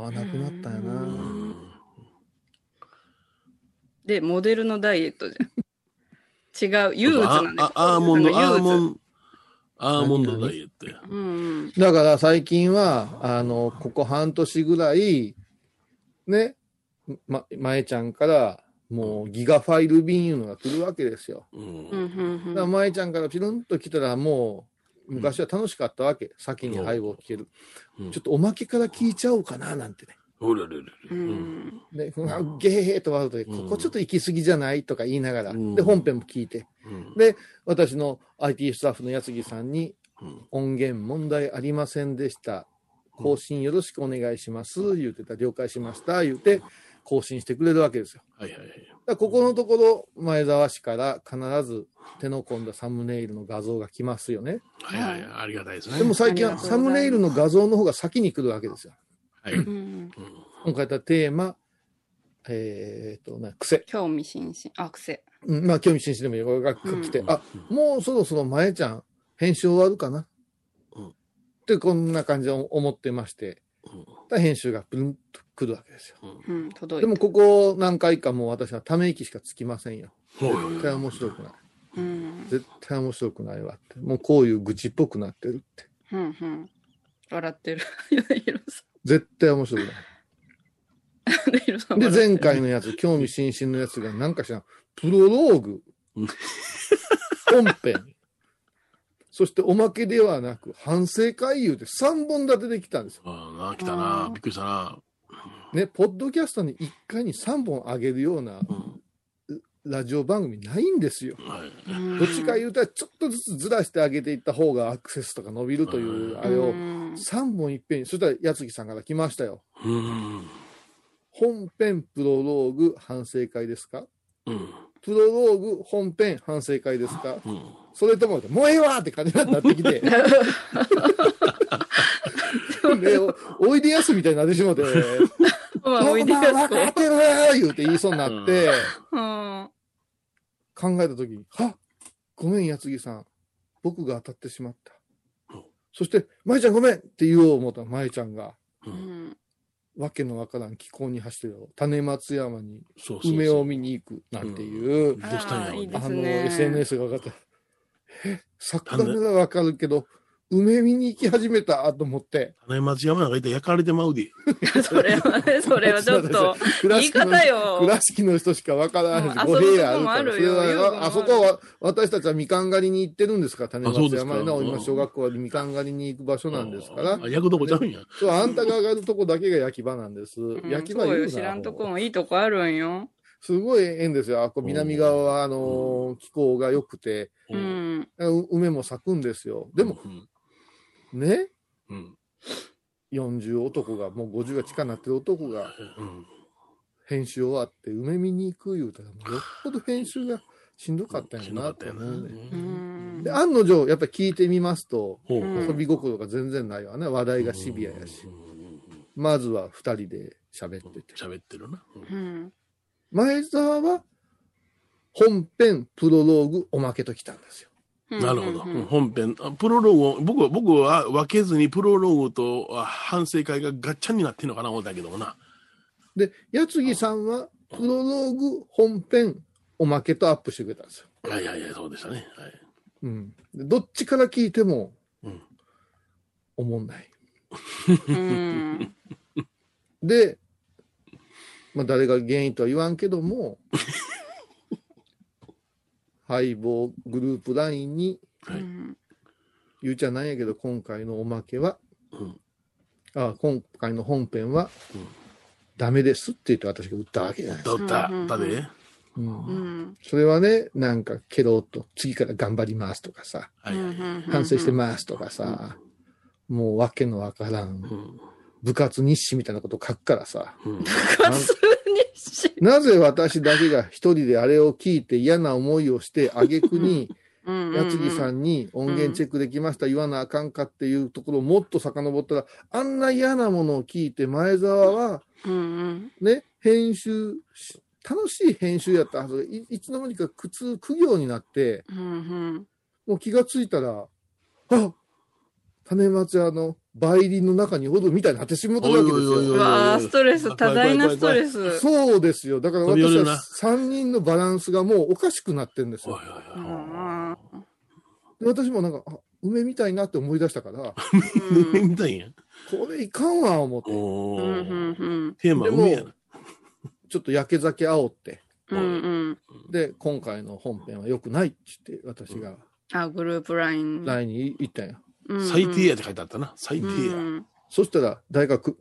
Speaker 2: あ、亡くなったんや
Speaker 1: う
Speaker 2: な。
Speaker 1: んで、モデルのダイエットじゃん。違う、憂鬱なんだ
Speaker 3: ああアーモンド、
Speaker 1: なん
Speaker 3: ア
Speaker 1: か
Speaker 3: ー
Speaker 1: 憂鬱
Speaker 3: モンド、アーモンドダイエットや。
Speaker 1: うん
Speaker 2: だから最近は、あの、ここ半年ぐらい、ね、ま、まえちゃんから、もうギガファイル便いうのが来るわけですよ。
Speaker 3: う。
Speaker 1: うんんうん
Speaker 2: だ
Speaker 1: う
Speaker 2: から
Speaker 1: ん。
Speaker 2: 舞ちゃんからピロンと来たらもう昔は楽しかったわけ。先に
Speaker 3: うん
Speaker 2: ハイボール聞ける
Speaker 3: うん。
Speaker 2: ちょっとおまけから聞いちゃおうかななんてね。
Speaker 3: おるおるおるお
Speaker 1: う
Speaker 3: る
Speaker 1: ん
Speaker 2: で、うわゲーヘーと笑うと、
Speaker 3: うん
Speaker 2: ここちょっと行き過ぎじゃないとか言いながら、
Speaker 3: うん
Speaker 2: で、本編も聞いて、
Speaker 3: うん。
Speaker 2: 私の IT スタッフのやつぎさんに、
Speaker 3: うん
Speaker 2: 音源問題ありませんでした。更新よろしくお願いします。言うてた、了解しました。言うて、更新してくれるわけですよ。
Speaker 3: はいはいはい。
Speaker 2: だからここのところ、前澤氏から必ず手の込んだサムネイルの画像が来ますよね。
Speaker 3: はいはいはい。ありがたいですね。
Speaker 2: でも最近
Speaker 1: ありがとう
Speaker 2: は
Speaker 1: ござ
Speaker 2: サ
Speaker 1: います
Speaker 2: ムネイルの画像の方が先に来るわけですよ。
Speaker 3: はい。うん
Speaker 1: うん。
Speaker 2: 今回やったテーマ、えーっとね、癖。
Speaker 1: 興味津々。あ、癖。
Speaker 2: うん、まあ興味津々でもいいよ。が来て、
Speaker 3: うん
Speaker 2: あ、もうそろそろ前ちゃん、編集終わるかな、
Speaker 3: うん
Speaker 2: ってこんな感じで思ってまして、
Speaker 3: うん
Speaker 2: だ編集がプンと来るわけですよ。
Speaker 1: うん、届い
Speaker 2: で
Speaker 1: た。
Speaker 2: もここ何回かもう私はため息しかつきませんよ。
Speaker 3: おいおい
Speaker 2: 絶対面白くない。
Speaker 1: うん。
Speaker 2: 絶対面白くないわって。もうこういう愚痴っぽくなってるって。
Speaker 1: うんうん。笑ってる。 ヒロさ
Speaker 2: 絶対面白くない。
Speaker 1: ん。ヒロ さん
Speaker 2: で、
Speaker 1: 笑ってる
Speaker 2: 前回のやつ、興味津々のやつがなんかしらん、プロローグ
Speaker 3: うん、
Speaker 2: 本編、そしておまけではなく、反省会言うて3本立てできたんですよ。
Speaker 3: うんな、来たな
Speaker 1: う。ん
Speaker 3: びっくりしたな。
Speaker 2: ね、ポッドキャストに1回に3本上げるような
Speaker 3: うん。
Speaker 2: ラジオ番組ないんですよ。
Speaker 3: はい。
Speaker 1: うん
Speaker 2: どっちか言うたら、ちょっとずつずらして上げていった方がアクセスとか伸びるという、
Speaker 3: うん
Speaker 2: あれを
Speaker 1: うん
Speaker 2: 3本いっぺんに、そしたら、やつぎさんから来ましたよ。
Speaker 3: うん。
Speaker 2: 本編、プロローグ、反省会ですか
Speaker 3: うん。
Speaker 2: プロローグ、本編、反省会ですか
Speaker 3: うん。
Speaker 2: それとも、もうええわって感じになってきて。 で、おおいでやすみたいになってし もて、
Speaker 1: まあ、おいでやす
Speaker 2: わかってる言うて言いそうになって、
Speaker 1: うん。
Speaker 2: 考えたときに、はっごめん、やつぎさん。僕が当たってしまった
Speaker 3: うん。
Speaker 2: そして、まいちゃんごめんって言おう思ったまいちゃんが、
Speaker 1: うん
Speaker 2: わけのわからん気候に走ってよ。種松山に
Speaker 3: そうそうそう。
Speaker 2: 梅を見に行くなんていう、
Speaker 3: どうしたんやろ
Speaker 1: あーいいで
Speaker 3: う
Speaker 1: す
Speaker 2: あ
Speaker 3: ね。
Speaker 2: の、
Speaker 1: ね
Speaker 2: SNS が分かった。え、作家なら分かるけど、梅見に行き始めたと思って。
Speaker 3: 種町山なんかいたら焼かれてまうで。
Speaker 1: それはね、それはちょっと、言い方よ。
Speaker 2: 倉敷の人しか分からない
Speaker 1: うん
Speaker 2: 語弊
Speaker 1: あそこ
Speaker 2: あるから、
Speaker 1: も
Speaker 2: そ
Speaker 1: あ
Speaker 2: れ
Speaker 1: るよ
Speaker 2: は、ああ
Speaker 1: 遊
Speaker 2: そ
Speaker 1: ぶとこもある
Speaker 2: こは、私たちはみかん狩りに行ってるんですから、種
Speaker 3: あそう
Speaker 2: 松
Speaker 3: ですか
Speaker 2: 山の
Speaker 3: うん
Speaker 2: 今小学校はみかん狩りに行く場所なんですから
Speaker 3: あ、焼くとこちゃうんや。
Speaker 2: そう、あんたが上がるとこだけが焼き場なんです。
Speaker 1: うん
Speaker 2: 焼き場
Speaker 1: そう
Speaker 2: 言う
Speaker 1: よ、
Speaker 2: な
Speaker 1: 知らんとこもいいとこあるんよ。
Speaker 2: すごい縁ですよ。あこう南側は、あのー気候が良くて、
Speaker 1: う
Speaker 3: うん
Speaker 1: ん。
Speaker 2: う梅も咲くんですよ。でも、、ね、
Speaker 3: うん。
Speaker 2: 40男が、もう50が近くなってる男が、
Speaker 3: うん。
Speaker 2: 編集終わって梅見に行く言うたらもうよっぽど編集がしんどかったんや
Speaker 3: しなか
Speaker 2: な
Speaker 3: った
Speaker 2: と
Speaker 3: よ
Speaker 2: 思
Speaker 3: な。
Speaker 2: うね
Speaker 1: うん
Speaker 2: で案の定やっぱり聞いてみますと
Speaker 3: ほ
Speaker 1: うん
Speaker 2: 遊び心が全然ないわね話題がシビアやし。まずは2人で喋ってて
Speaker 3: 喋ってるな。うん
Speaker 1: うん。
Speaker 2: 前澤は本編プロローグおまけときたんですよ
Speaker 3: なるほど。
Speaker 1: う
Speaker 3: うん
Speaker 1: ん
Speaker 3: 本編、あプロローグを、僕は、僕は分けずにプロローグとあ反省会がガッチャンになってんのかな思ったけどもな。
Speaker 2: で矢継ぎさんはプロローグ本編おまけとアップしてくれたんですよ、
Speaker 3: はいはいはい、そうでしたね。はい。
Speaker 2: うん、でどっちから聞いても
Speaker 3: うん
Speaker 2: おもんない
Speaker 1: うん。
Speaker 2: で、まあ、誰が原因とは言わんけども、敗北グループ LINE に、
Speaker 3: はい
Speaker 1: うん
Speaker 2: 言うちゃなんやけど、今回のおまけは、
Speaker 3: うん
Speaker 2: あ今回の本編は、
Speaker 3: うん
Speaker 2: ダメですって言って私が打ったわけじゃないです
Speaker 3: ど
Speaker 2: か。
Speaker 3: うだ
Speaker 1: うんうんうん
Speaker 3: だで
Speaker 2: うん
Speaker 1: うん。
Speaker 2: それはね、なんか、ケロッと、次から頑張りますとかさ、
Speaker 3: はいはい。
Speaker 2: 反省してますとかさ、もうわけのわからん
Speaker 3: う、ん
Speaker 2: 部活日誌みたいなこと書くからさ、
Speaker 3: うん
Speaker 1: かすにし。
Speaker 2: なぜ私だけが一人であれを聞いて嫌な思いをして、あげくに、
Speaker 1: うん
Speaker 2: やつぎさんに音源チェックできました、言わなあかんかっていうところをもっと遡ったら、あんな嫌なものを聞いて、前澤は、
Speaker 1: うんうん。
Speaker 2: ね、編集し、楽しい編集やったはずが、いいつの間にか苦痛、苦行になって、
Speaker 1: うんうん。
Speaker 2: もう気がついたら、あ種松屋の梅林の中におるみたいになってしもたわけですよ。
Speaker 3: おいおいおいおいう
Speaker 1: わあ、ストレス、多大なストレス。
Speaker 2: そうですよ。だから
Speaker 3: 飛び降り
Speaker 2: 私
Speaker 3: る
Speaker 2: は
Speaker 3: な
Speaker 2: 3人のバランスがもうおかしくなってるんです
Speaker 3: おいお
Speaker 2: よ
Speaker 1: う
Speaker 3: い。おい。
Speaker 1: ん
Speaker 2: で私もなんか、あ、梅みたいなって思い出したから、
Speaker 1: うん
Speaker 3: みたいや。
Speaker 2: これいかんわ、思って。
Speaker 3: お
Speaker 1: うんう
Speaker 3: ー
Speaker 1: ん
Speaker 3: テーマ、海やな。
Speaker 2: ちょっと焼け酒煽って、
Speaker 1: うんうん。
Speaker 2: で、今回の本編は良くないって言って、私が
Speaker 1: あ、グループライン。
Speaker 2: LINE に行ったん
Speaker 1: う
Speaker 2: や。
Speaker 1: んうん
Speaker 3: 最低やって書いてあったな。最低
Speaker 1: う
Speaker 3: や。
Speaker 1: ん
Speaker 2: そしたら、大学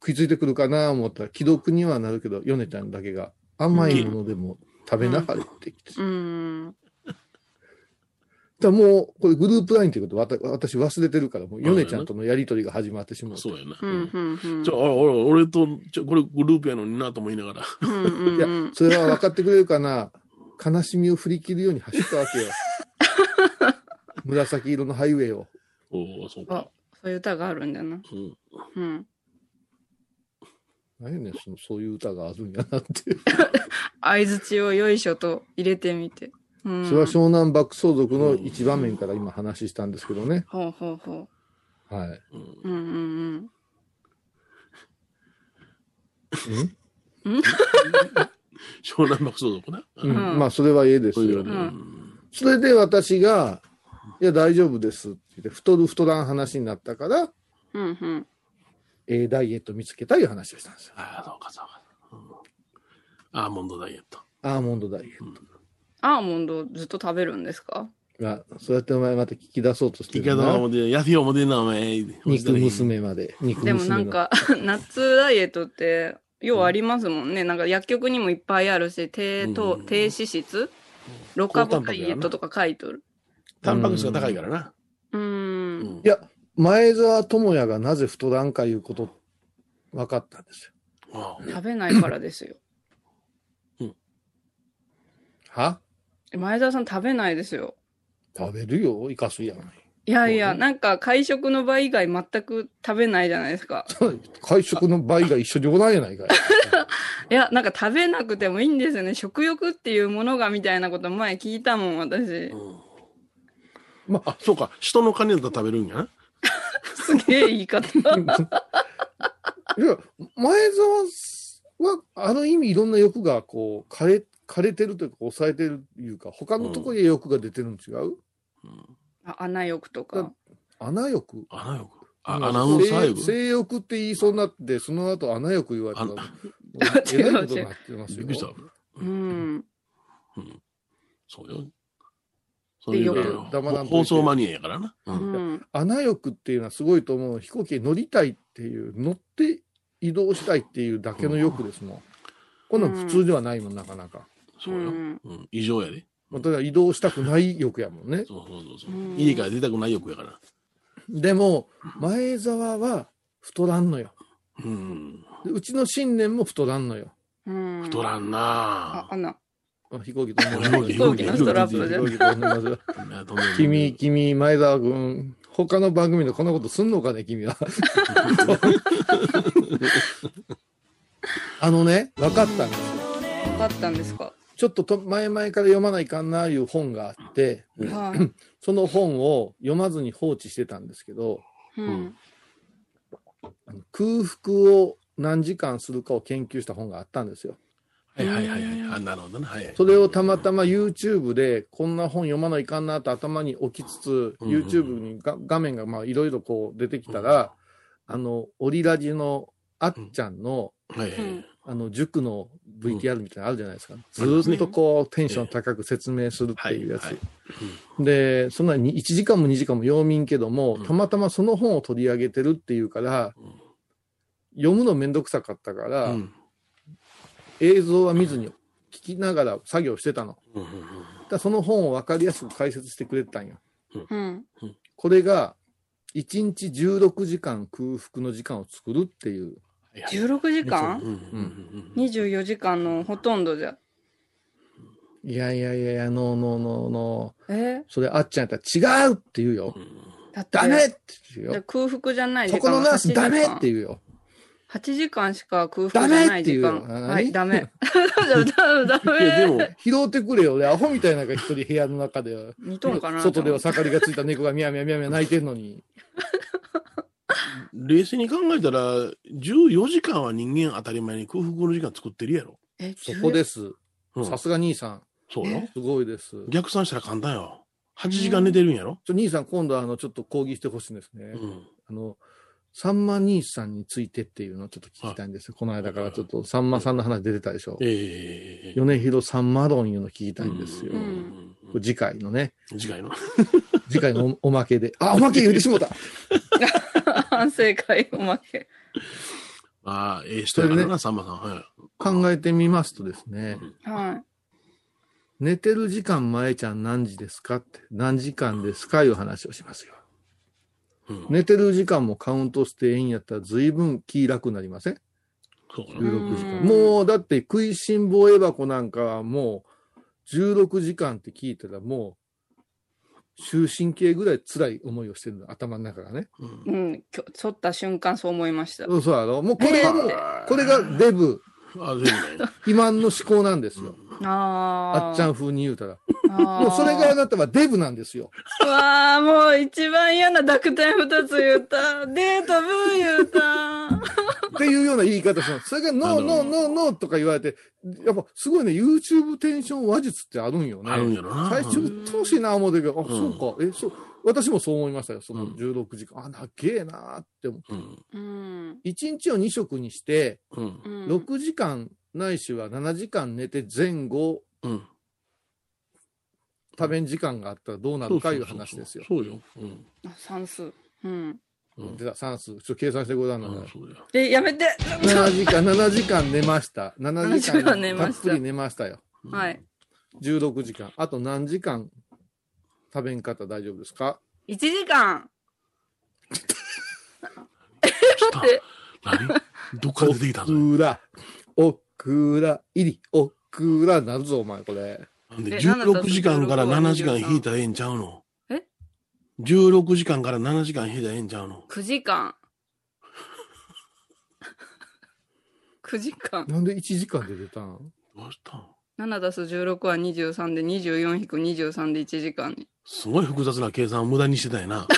Speaker 2: 食いついてくるかなと思ったら、既読にはなるけど、ヨネちゃんだけが甘いものでも食べなはれってきて。だか
Speaker 1: うん。
Speaker 2: らもう、これグループ LINE っていうことわた私忘れてるから、もうヨネちゃんとのやりとりが始まってしまう。
Speaker 3: そうやな。
Speaker 1: うんうんうん。
Speaker 3: ちょ、おいおい俺と、ちょ、これグループやのになと思いながら。
Speaker 1: うん
Speaker 2: い
Speaker 1: うん
Speaker 2: や
Speaker 1: うん、
Speaker 2: それは分かってくれるかな悲しみを振り切るように走ったわけ よ。紫色のハイウェイを。
Speaker 3: おお、そうか。
Speaker 1: そういう歌があるんだな。
Speaker 3: うん。
Speaker 1: うん。
Speaker 2: 何やねんその、そういう歌があるんやなって。
Speaker 1: 相づちをよいしょと入れてみて。うん。
Speaker 2: それは湘南爆走族の一場面から今話したんですけどね。
Speaker 1: ほうほうほ
Speaker 2: はい。
Speaker 3: うん
Speaker 1: う。うんうん
Speaker 3: 湘南爆走族な。
Speaker 2: う
Speaker 3: うん
Speaker 1: うん
Speaker 2: まあ、それはええです
Speaker 3: そういう
Speaker 2: よ
Speaker 3: の。。
Speaker 1: うん
Speaker 2: それで私が、いや、大丈夫ですって言って、太る太らん話になったから、
Speaker 1: うん。うんうん。
Speaker 2: ええダイエット見つけたいう話をしたんですよ。
Speaker 3: ああ、そうか、そうか。うんアーモンドダイエット。
Speaker 2: アーモンドダイエット。
Speaker 1: アーモンドをずっと食べるんですか
Speaker 2: がそうやってお前また聞き出そうとして
Speaker 3: いか
Speaker 2: る
Speaker 3: だ
Speaker 2: な。
Speaker 3: 思て、やせよ思てんな、お前。
Speaker 2: 肉。娘まで。肉
Speaker 1: で
Speaker 2: 娘
Speaker 1: もなん
Speaker 2: の
Speaker 1: か、ナッツダイエットって、ようありますもんね。なんか薬局にもいっぱいあるし、低糖、
Speaker 3: うん
Speaker 1: 低脂質ロカボダイエットとか書いとる。
Speaker 3: タンパク質が高いからな。
Speaker 1: う。
Speaker 3: うんん
Speaker 2: い。や、前澤智也がなぜ太らんかいうこと、分かったんですよ。
Speaker 3: あ
Speaker 1: 食べないからですよ。
Speaker 2: は
Speaker 1: 前澤さん食べないですよ。
Speaker 2: 食べるよ、イカスやない。
Speaker 1: いやい
Speaker 2: そう
Speaker 1: や、
Speaker 2: ね
Speaker 1: なんか会食の場以外全く食べないじゃないですか。
Speaker 2: 会食の倍が一緒におらんや ないかい。
Speaker 1: いや、なんか食べなくてもいいんですよね。食欲っていうものがみたいなこと前聞いたもん、私
Speaker 3: あ。う。ん
Speaker 2: ま
Speaker 3: あ、そうか。人の金だと食べるんやな。
Speaker 1: すげえ言い方。う
Speaker 2: いや、前澤は、ある意味いろんな欲が、こう、枯れ、枯れてるというか、抑えてるというか、他のところに欲が出てるの違う、
Speaker 3: うん
Speaker 1: あ穴欲とか。
Speaker 2: 穴欲
Speaker 3: 穴よく。あアナウンサー
Speaker 2: 性
Speaker 3: よく。
Speaker 2: 性欲って言いそうになって、その後穴欲言われたら、も
Speaker 3: あ
Speaker 2: うえらいことになってま
Speaker 3: び
Speaker 2: す
Speaker 3: っ
Speaker 2: よ
Speaker 3: く。りした。
Speaker 1: う
Speaker 3: うん
Speaker 1: ん。
Speaker 3: そうよ。そういう
Speaker 1: で
Speaker 2: よく黙らんといて
Speaker 3: 放送マニアやからな。う
Speaker 1: うんん。
Speaker 2: 穴欲っていうのはすごいと思うの飛行機に乗りたいっていう乗って移動したいっていうだけの欲ですもん、こんなん普通ではないもんなかなか、
Speaker 3: そううよ。
Speaker 1: ん。
Speaker 3: うん異常やで。
Speaker 2: まあ、だから移動したくない欲やもんね
Speaker 3: そうそうそうそうう。
Speaker 1: ん
Speaker 3: 家から出たくない欲やから。
Speaker 2: でも前澤は太らんのよ
Speaker 3: うん。
Speaker 2: でうちの信念も太らんのよ
Speaker 1: うん。
Speaker 3: 太らん
Speaker 1: あ
Speaker 3: な、ぁ。
Speaker 1: 穴。
Speaker 2: あ飛行機飛んでます
Speaker 3: 飛行機飛行機のスト
Speaker 1: ラップで
Speaker 2: 飛行機飛んでます
Speaker 3: あとね
Speaker 2: 君、君、前澤君、他の番組でこんなことすんのかね、君 は。あのね、分かったんですよ。
Speaker 1: 分かったんですか。
Speaker 2: ちょっとと前々から読まないかんないう本があって、
Speaker 1: はい。
Speaker 2: その本を読まずに放置してたんですけど、
Speaker 1: うん。
Speaker 2: あの空腹を何時間するかを研究した本があったんですよ。
Speaker 3: はいはいはいはい。あ、なるほどね。はい。
Speaker 2: それをたまたま YouTube でこんな本読まないかんなと頭に置きつつ、
Speaker 3: うんうん
Speaker 2: YouTube にが画面がまあいろいろこう出てきたら、あの、オリラジのあっちゃんの、
Speaker 3: はいはいはい。
Speaker 2: あの、塾の VTR みたいなのあるじゃないですか。
Speaker 3: うん
Speaker 2: ずーっとこう、テンション高く説明するっていうやつ。
Speaker 3: はいはい
Speaker 2: で、そんなに1時間も2時間も読みんけども、
Speaker 3: うん
Speaker 2: たまたまその本を取り上げてるっていうから、読むのめんどくさかったから、
Speaker 3: うん
Speaker 2: 映像は見ずに聞きながら作業してたの。
Speaker 3: うんうんうん
Speaker 2: だからその本を分かりやすく解説してくれてたんよ。
Speaker 1: うん。
Speaker 2: これが、1日16時間空腹の時間を作るっていう。
Speaker 3: はいはい
Speaker 1: 16時間
Speaker 3: うんうんうん
Speaker 1: ?24 時間のほとんどじゃ。
Speaker 2: いやいやいやいや、ノーノーノーノー。
Speaker 1: え
Speaker 2: それあっちゃんやったら違うって言うよ。
Speaker 1: だって。
Speaker 2: ダメって言う
Speaker 1: じゃあ
Speaker 2: よ。
Speaker 1: 空腹じゃない
Speaker 2: そ
Speaker 1: 時
Speaker 2: こ
Speaker 1: 間は
Speaker 2: のナー
Speaker 1: 8
Speaker 2: ス
Speaker 1: 時
Speaker 2: ダ
Speaker 1: 間。
Speaker 2: メって言うよ。
Speaker 1: 8時間しか空腹じゃない時間。
Speaker 2: ダメっていう
Speaker 1: はい、
Speaker 2: 何
Speaker 1: ダ メ。ダメダ
Speaker 3: いやで
Speaker 1: メ。
Speaker 3: も、
Speaker 2: 拾ってくれよ。俺アホみたいなんか一人部屋の中で。
Speaker 1: 見とんかな
Speaker 2: 外では盛りがついた猫がみやみやみやみや泣いてんのに。
Speaker 3: 冷静に考えたら、14時間は人間当たり前に空腹の時間作ってるやろ。
Speaker 1: え
Speaker 2: そこです。
Speaker 3: うん
Speaker 2: さすが兄さん。
Speaker 3: そうよ。
Speaker 2: すごいです。
Speaker 3: 逆算したら簡単よ。8時間寝てるんやろ。
Speaker 2: ちょ兄さん、今度あの、ちょっと講義してほしいんですね。
Speaker 3: うん
Speaker 2: あの、さんま兄さんについてっていうのをちょっと聞きたいんですよ。この間からちょっとさんまさんの話出てたでしょ。
Speaker 3: ええ
Speaker 2: 米広さんま論いうの聞きたいんですよ。
Speaker 1: うん
Speaker 2: これ次回のね、
Speaker 3: 次回の。
Speaker 2: 次回のおおま けで。あ、おまけ言うてしもた。
Speaker 1: 反省会おまけ。
Speaker 3: ああ、ええ人やからな、さんまさん。は
Speaker 2: 考えてみますとですね、
Speaker 1: は
Speaker 2: 寝てる時間、まえちゃん何時ですかって、何時間ですかいう話をしますよ。
Speaker 3: い。うん
Speaker 2: 寝てる時間もカウントしてええんやったら随分気楽になりません
Speaker 3: そうかな。
Speaker 2: 16時間。
Speaker 1: うん
Speaker 2: もうだって食いしん坊エ箱なんかはもう16時間って聞いたらもう終身刑ぐらい辛い思いをしてるの、頭の中がね。
Speaker 3: う
Speaker 1: い。
Speaker 3: ん
Speaker 1: うん、きょ剃った瞬間そう思いました。
Speaker 2: そうそうあの、もうこれはもう、これがデブ、
Speaker 3: あ、全部だよね。
Speaker 2: 肥満の思考なんですよ。
Speaker 1: あ
Speaker 2: あ
Speaker 1: あ
Speaker 2: っちゃん風に言うたら。
Speaker 1: あー
Speaker 2: もうそれがあなたはデブなんですよ。
Speaker 1: うわあ、もう一番嫌な濁点二つ言った。デートブー言った。
Speaker 2: っていうような言い方するの。それがノー
Speaker 3: あの
Speaker 2: ノーノーノーとか言われて、やっぱすごいね、YouTube テンション話術ってあるんよね。
Speaker 3: あるんやろな。
Speaker 2: 最初、
Speaker 3: うん
Speaker 2: うっとうしいな、思うてけど、あ、そうか、え、そう、私もそう思いましたよ、その
Speaker 3: うん
Speaker 2: 16時間。あ、なげえなーって思う。
Speaker 3: うん。
Speaker 1: うん。
Speaker 2: 1日を2食にして、
Speaker 3: うん。
Speaker 1: うん
Speaker 2: 6時間ないしは7時間寝て前後、
Speaker 3: うん。
Speaker 2: 食べん時間があったらどうなるかいう話ですよ。
Speaker 3: そうよ。うん。
Speaker 1: あ算数。うん。
Speaker 3: うん。
Speaker 2: で、算数、ちょっと計算してごらんなさい。
Speaker 3: うんそうだよ。
Speaker 1: え、やめて。
Speaker 2: 7時間、7時間寝ました。7時
Speaker 1: 7時間寝
Speaker 2: 間た
Speaker 1: ま
Speaker 2: っ
Speaker 1: した
Speaker 2: ぷり寝ましたよ。
Speaker 3: うん
Speaker 1: はい。
Speaker 2: 16時間。あと何時間食べんかったら大丈夫ですか
Speaker 1: 1時間。っ
Speaker 3: 来
Speaker 1: て
Speaker 3: た。何どっから出てきた
Speaker 2: オ
Speaker 3: それ。
Speaker 2: クラ、オクラ入り、オクラなるぞ、お前、これ。
Speaker 3: で
Speaker 1: え
Speaker 3: 16時間から
Speaker 1: 7
Speaker 3: 7
Speaker 1: 時
Speaker 3: 時
Speaker 1: 間
Speaker 3: 間引いたらええんちゃうの
Speaker 1: え
Speaker 3: ?16 時間から7時間引いたらええんちゃうの
Speaker 1: 9時間。9時間。
Speaker 2: なんで1時間で出たん
Speaker 3: どうしたん
Speaker 1: 7たす16は23で24引く23で1時間に。
Speaker 3: すごい複雑な計算を無駄にしてたんやな。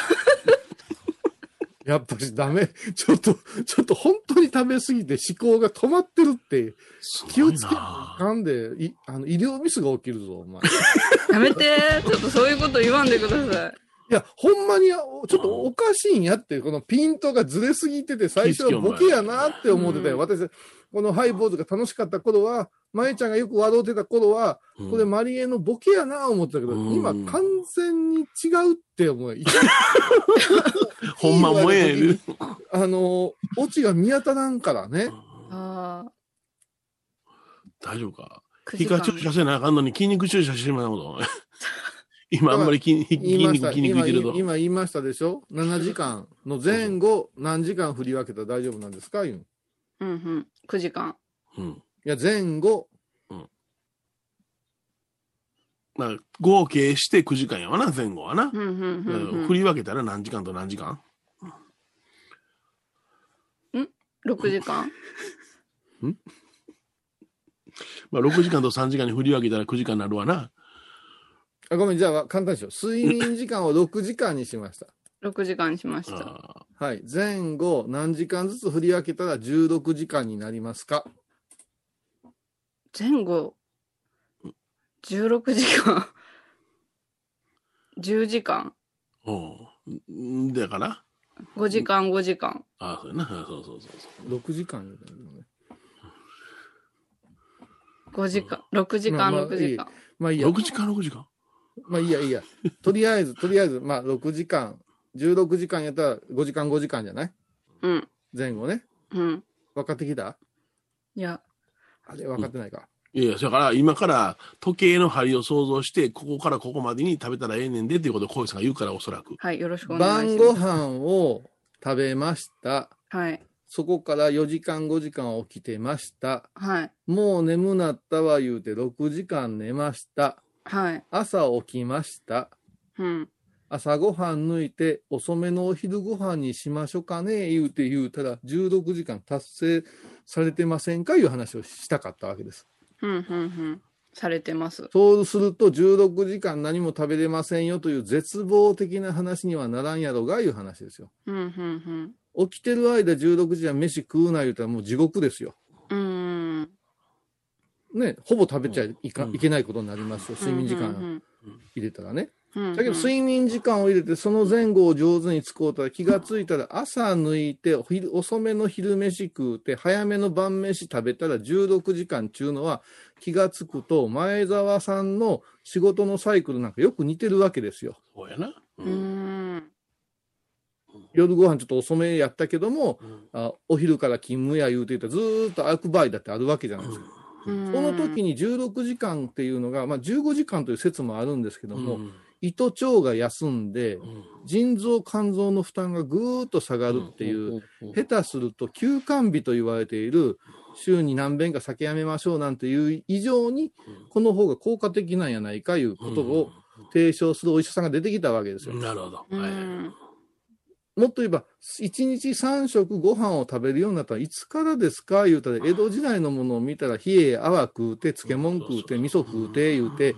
Speaker 2: やっぱりダメ。ちょっと、ちょっと本当に食べ過ぎて思考が止まってるって、
Speaker 3: す
Speaker 2: 気
Speaker 3: ご
Speaker 2: を
Speaker 3: い
Speaker 2: つけて
Speaker 3: な。
Speaker 2: なんで、い、あの、医療ミスが起きるぞ、お前。い
Speaker 1: やめて。ちょっとそういうこと言わんでくだ さい。
Speaker 2: や、ほんまに、あおちょっとおかしいんやって、このピントがずれすぎてて、最初はボケやなって思ってたよ。私、このハイボーズが楽しかった頃は、まえちゃんがよく笑うてた頃は、これ
Speaker 3: うん
Speaker 2: マリエのボケやな思ってたけど、
Speaker 3: うん
Speaker 2: 今完全に違うって 思う。
Speaker 3: ほんまもええ。うん
Speaker 2: あの、オチが見当たらんからね。
Speaker 1: ああ。
Speaker 3: 大丈夫か。
Speaker 1: 9
Speaker 3: 皮
Speaker 1: 時
Speaker 3: 下
Speaker 1: 間。
Speaker 3: 注射せなあかんのに筋肉注射してしまうこと。今あんまり筋筋
Speaker 2: 言いま
Speaker 3: 肉
Speaker 2: した。
Speaker 3: 筋肉言
Speaker 2: 今
Speaker 3: ってると
Speaker 2: 今。今言いましたでしょ ?7 時間の前後、何時間振り分けたら大丈夫なんですか言うん
Speaker 1: うんうん。9時間。
Speaker 3: うん。
Speaker 2: いや、前後、
Speaker 3: まあ合計して9時間やわな、前後はな
Speaker 1: う。んうんう、
Speaker 3: うん
Speaker 1: うん
Speaker 3: ん振り分けたら何時間と何時間
Speaker 1: 6時間
Speaker 3: まあ6時間と3時間に振り分けたら9時間になるわな。
Speaker 2: あごめん、じゃあ簡単でしょ。睡眠時間を6時間にしました。
Speaker 1: 6時間にしました
Speaker 3: あ
Speaker 2: はい。前後、何時間ずつ振り分けたら16時間になりますか
Speaker 1: 前後16時間10時間
Speaker 3: ーうん。んだから、
Speaker 1: 5時間5時間
Speaker 3: ああ、そうやな。ああそうそうそうそう。
Speaker 2: ?6 時間になるのね。
Speaker 1: 5時間6時
Speaker 2: まあ
Speaker 1: 間
Speaker 2: まあ
Speaker 1: 6時間
Speaker 2: まあいいや。
Speaker 3: 6時間、6時間。
Speaker 2: まあいいや、いいや。とりあえず、とりあえず、まあ6時間、16時間やったら5時間、5時間じゃない
Speaker 1: うん
Speaker 2: 前後ね。
Speaker 1: うん
Speaker 2: 分かってきた
Speaker 1: いや
Speaker 2: あれ、分かってないか。
Speaker 3: いやいや、だから今から時計の針を想像して、ここからここまでに食べたらええねんでっていうことを小石さんが言うから、おそらく。
Speaker 1: はいよろしくお願い
Speaker 2: 晩
Speaker 1: し
Speaker 2: ご
Speaker 1: ま
Speaker 2: 飯を食べました。
Speaker 1: すはい
Speaker 2: そこから4時間、5時間起きてました。
Speaker 1: はい
Speaker 2: もう眠なったわ言うて6時間寝ました。
Speaker 1: はい
Speaker 2: 朝起きました。
Speaker 1: うん
Speaker 2: 朝ごはん抜いて遅めのお昼ご飯にしましょかね言うて言うたら16時間達成されてませんかいう話をしたかったわけです。
Speaker 1: うんうんうんされてます
Speaker 2: そうすると16時間何も食べれませんよという絶望的な話にはならんやろがいう話ですよ。
Speaker 1: うんうん
Speaker 2: 起きてる間16時間飯食うな言うたらもう地獄ですよ。
Speaker 1: うんうん
Speaker 2: ね、ほぼ食べちゃいか、
Speaker 3: うん
Speaker 2: いけないことになりますよ。睡眠時
Speaker 1: うんう
Speaker 2: 間
Speaker 1: ん
Speaker 2: 入れたらね。
Speaker 1: ううん
Speaker 2: だけど睡眠時間を入れて、その前後を上手に使うたら、気がついたら朝抜いて、お昼遅めの昼飯食うて、早めの晩飯食べたら16時間ちゅうのは、気がつくと、前澤さんの仕事のサイクルなんかよく似てるわけですよ。
Speaker 3: そうやな。
Speaker 1: う
Speaker 3: う。
Speaker 1: んん
Speaker 2: 夜ご飯ちょっと遅めやったけども、
Speaker 3: うん
Speaker 2: あお昼から勤務や言うていたらずーっと悪場合だってあるわけじゃないですか。
Speaker 1: うん
Speaker 2: この時に16時間っていうのが、まあ、15時間という説もあるんですけども、
Speaker 3: うん
Speaker 2: 胃と腸が休んで、腎臓、肝臓の負担がぐーっと下がるっていう、
Speaker 3: うん
Speaker 2: 下手すると休肝日と言われている、週に何遍か酒やめましょうなんていう以上に、この方が効果的なんやないかいうことを提唱するお医者さんが出てきたわけですよ。
Speaker 3: なるほど。
Speaker 1: う
Speaker 3: はい
Speaker 1: ん
Speaker 2: もっと言えば、1日3食ご飯を食べるようになったらいつからですか言うたら、江戸時代のものを見たら、冷え、泡食うて、漬物食うて、味噌食うて、言うて、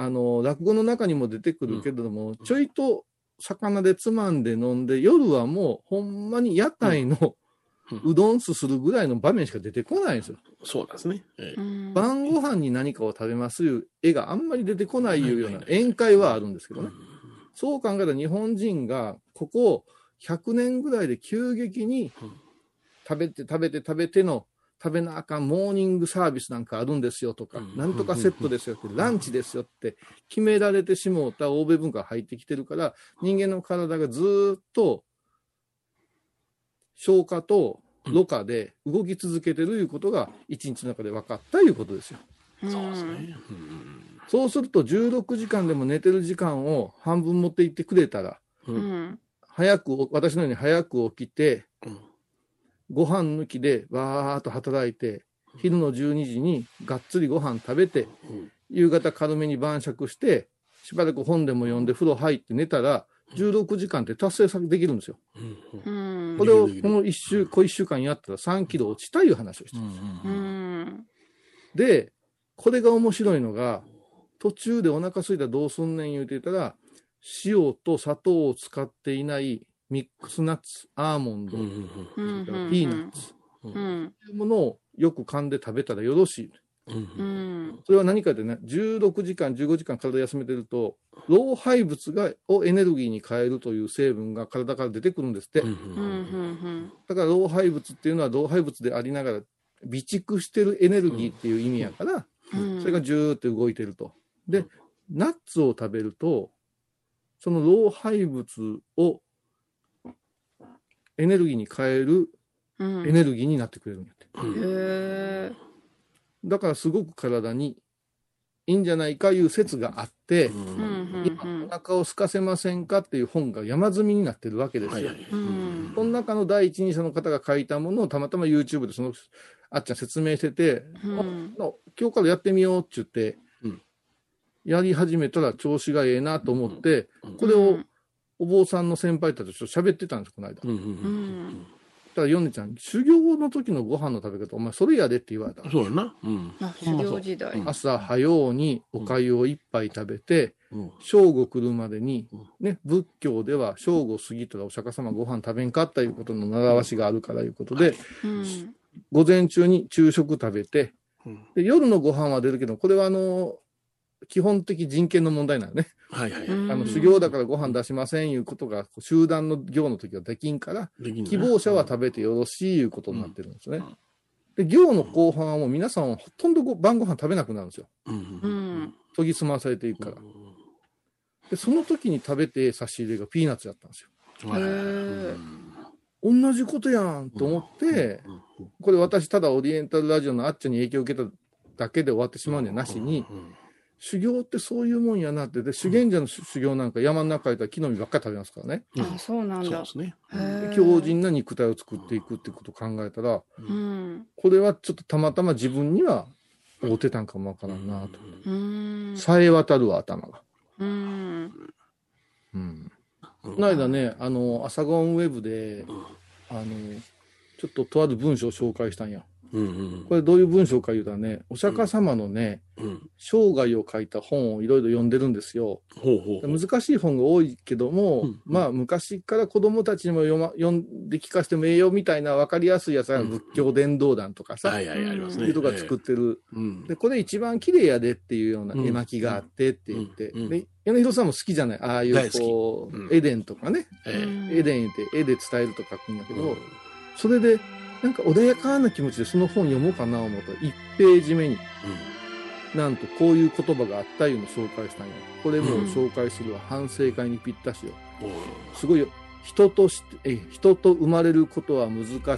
Speaker 2: あの、落語の中にも出てくるけれども、ちょいと魚でつまんで飲んで、夜はもう、ほんまに屋台の
Speaker 3: うんう
Speaker 2: うどんすするぐらいの場面しか出てこないんですよ。
Speaker 3: そうなんですね。ええ
Speaker 1: うん
Speaker 2: 晩ご飯に何かを食べますいう絵があんまり出てこないいうような宴会はあるんですけどね。そう考えたら日本人がここ100年ぐらいで急激に
Speaker 3: うん
Speaker 2: 食べて食べて食べての食べなあかんモーニングサービスなんかあるんですよとか、
Speaker 3: うん
Speaker 2: なんとかセットですよって、ランチですよって決められてしもうた欧米文化が入ってきてるから、人間の体がずーっと消化とろ過で動き続けてるいうことが一日の中で分かったいうことですよ。
Speaker 3: そうですね。うん
Speaker 2: そうすると16時間でも寝てる時間を半分持っていってくれたら、
Speaker 3: う
Speaker 1: うんん
Speaker 2: 早くお、私のように早く起きて、
Speaker 3: うん
Speaker 2: ご飯抜きでわーっと働いて、昼の12時にがっつりご飯食べて、
Speaker 3: うん
Speaker 2: 夕方軽めに晩酌して、しばらく本でも読んで風呂入って寝たら、16時間って達成さできるんですよ。
Speaker 3: うん
Speaker 1: うん
Speaker 2: これを
Speaker 3: できるできる
Speaker 2: この1週、小1週間やったら3キロ落ちたいう話をして
Speaker 3: う
Speaker 2: る。
Speaker 3: ん
Speaker 1: う
Speaker 3: うん
Speaker 1: ん
Speaker 2: で、これが面白いのが、途中でお腹空いたらどうすんねん言うてたら、塩と砂糖を使っていないミックスナッツ、アーモンド、
Speaker 3: うんうん
Speaker 1: うん
Speaker 2: それから
Speaker 1: うん
Speaker 2: ピーナッツ、
Speaker 1: うん
Speaker 2: というものをよく噛んで食べたらよろしい。
Speaker 3: うん
Speaker 1: う
Speaker 3: うん
Speaker 1: ん
Speaker 2: それは何かでね、16時間、15時間体休めてると、老廃物がをエネルギーに変えるという成分が体から出てくるんですって。
Speaker 3: うん
Speaker 1: うんうん
Speaker 2: だから老廃物っていうのは老廃物でありながら、備蓄してるエネルギーっていう意味やから、
Speaker 1: うん
Speaker 2: それがジューって動いてると。で、ナッツを食べると、その老廃物をエネルギーに変える
Speaker 1: うん
Speaker 2: エネルギーになってくれるんやって。
Speaker 3: うん
Speaker 1: へえ
Speaker 2: だからすごく体にいいんじゃないかいう説があって、
Speaker 1: うんうん
Speaker 2: 今
Speaker 1: うん
Speaker 2: お腹を空かせませんかっていう本が山積みになってるわけですよ。
Speaker 3: はいはい
Speaker 1: うん
Speaker 2: その中の第一人者の方が書いたものをたまたま YouTube でそのあっちゃん説明してて、
Speaker 1: うん
Speaker 2: あ今日からやってみようって言って、
Speaker 3: うん
Speaker 2: やり始めたら調子がええなと思って、
Speaker 3: うん
Speaker 2: これをお坊さんの先輩たちと喋ってたんです、この間。だか
Speaker 3: うんうん
Speaker 2: ら、ヨネちゃん、修行の時のご飯の食べ方、お前それやでって言われた
Speaker 3: う。んそうやな。うん
Speaker 1: あ修行時代
Speaker 3: うん
Speaker 2: 朝早うにお粥を一杯食べて、
Speaker 3: うん
Speaker 2: 正午来るまでに
Speaker 3: うん、
Speaker 2: ね、仏教では正午過ぎたらお釈迦様ご飯食べんかったいうことの習わしがあるからいうことで、
Speaker 1: うん
Speaker 2: 午前中に昼食食べて、
Speaker 3: うん
Speaker 2: で夜のご飯は出るけど、これはあの、基本的人権の問題なのね。
Speaker 3: はいはい。
Speaker 1: うん
Speaker 2: あの修行だからご飯出しませんいうことが、集団の行の時はできんから、
Speaker 3: できんのね
Speaker 2: 希望者は食べてよろしいいうことになってるんですね。で、行の後半はもう皆さんはほとんどご晩ご飯食べなくなるんですよ。
Speaker 3: うん
Speaker 1: う
Speaker 3: うん
Speaker 1: ん
Speaker 2: 研ぎ澄まされていくから。で、その時に食べて差し入れがピーナッツだったんですよ。
Speaker 3: はいはいはい
Speaker 1: へえ
Speaker 2: 同じことやんと思って、
Speaker 3: うんうん
Speaker 2: これ私ただオリエンタルラジオのあっちゃんに影響を受けただけで終わってしまうんじゃなしに、
Speaker 3: うん
Speaker 2: 修行ってそういうもんやなって、で、修験者の修行なんか山の中行ったら木の実ばっかり食べますからね。
Speaker 3: うん
Speaker 1: あそうなん
Speaker 3: そう
Speaker 1: だ
Speaker 3: ですね。
Speaker 1: へえ
Speaker 2: 強靭な肉体を作っていくってことを考えたら、
Speaker 1: うん
Speaker 2: これはちょっとたまたま自分には合うてたんかもわからんなと。
Speaker 1: うん
Speaker 2: 冴え渡るわ、頭が。
Speaker 1: うん
Speaker 2: うん。
Speaker 3: うん
Speaker 2: この間ね、あの、アサゴンウェブで、あの、ちょっととある文章を紹介したんや。
Speaker 3: うんうん
Speaker 2: これどういう文章か言うたらね、お釈迦様のね、
Speaker 3: うん
Speaker 2: 生涯を書いた本をいろいろ読んでるんですよ。
Speaker 3: ほうほうほう。
Speaker 2: 難しい本が多いけども、
Speaker 3: うん
Speaker 2: まあ昔から子供たちにも読,、ま、読んで聞かせてもええよみたいな分かりやすいやつが
Speaker 3: うん
Speaker 2: 仏教伝道団とかさ、
Speaker 3: はいはいあります
Speaker 2: そう
Speaker 3: ね。
Speaker 2: いうとか作ってる。
Speaker 3: うん
Speaker 2: で、これ一番綺麗やでっていうような絵
Speaker 3: うん
Speaker 2: 巻があってって言って、
Speaker 3: うんうん
Speaker 2: で、柳広さんも好きじゃないああいう
Speaker 3: 大好き
Speaker 2: こう、
Speaker 3: うん
Speaker 2: エデンとかね、
Speaker 3: ええ
Speaker 2: エデンって絵で伝えると書くんだけど、
Speaker 3: うん
Speaker 2: それでなんか穏やかな気持ちでその本読もうかな思うと1ページ目になんとこういう言葉があったいうのを紹介したんやこれもう紹介するは反省会にぴったしよ
Speaker 3: うん
Speaker 2: すごいよ人としてえ人と生まれることは難しく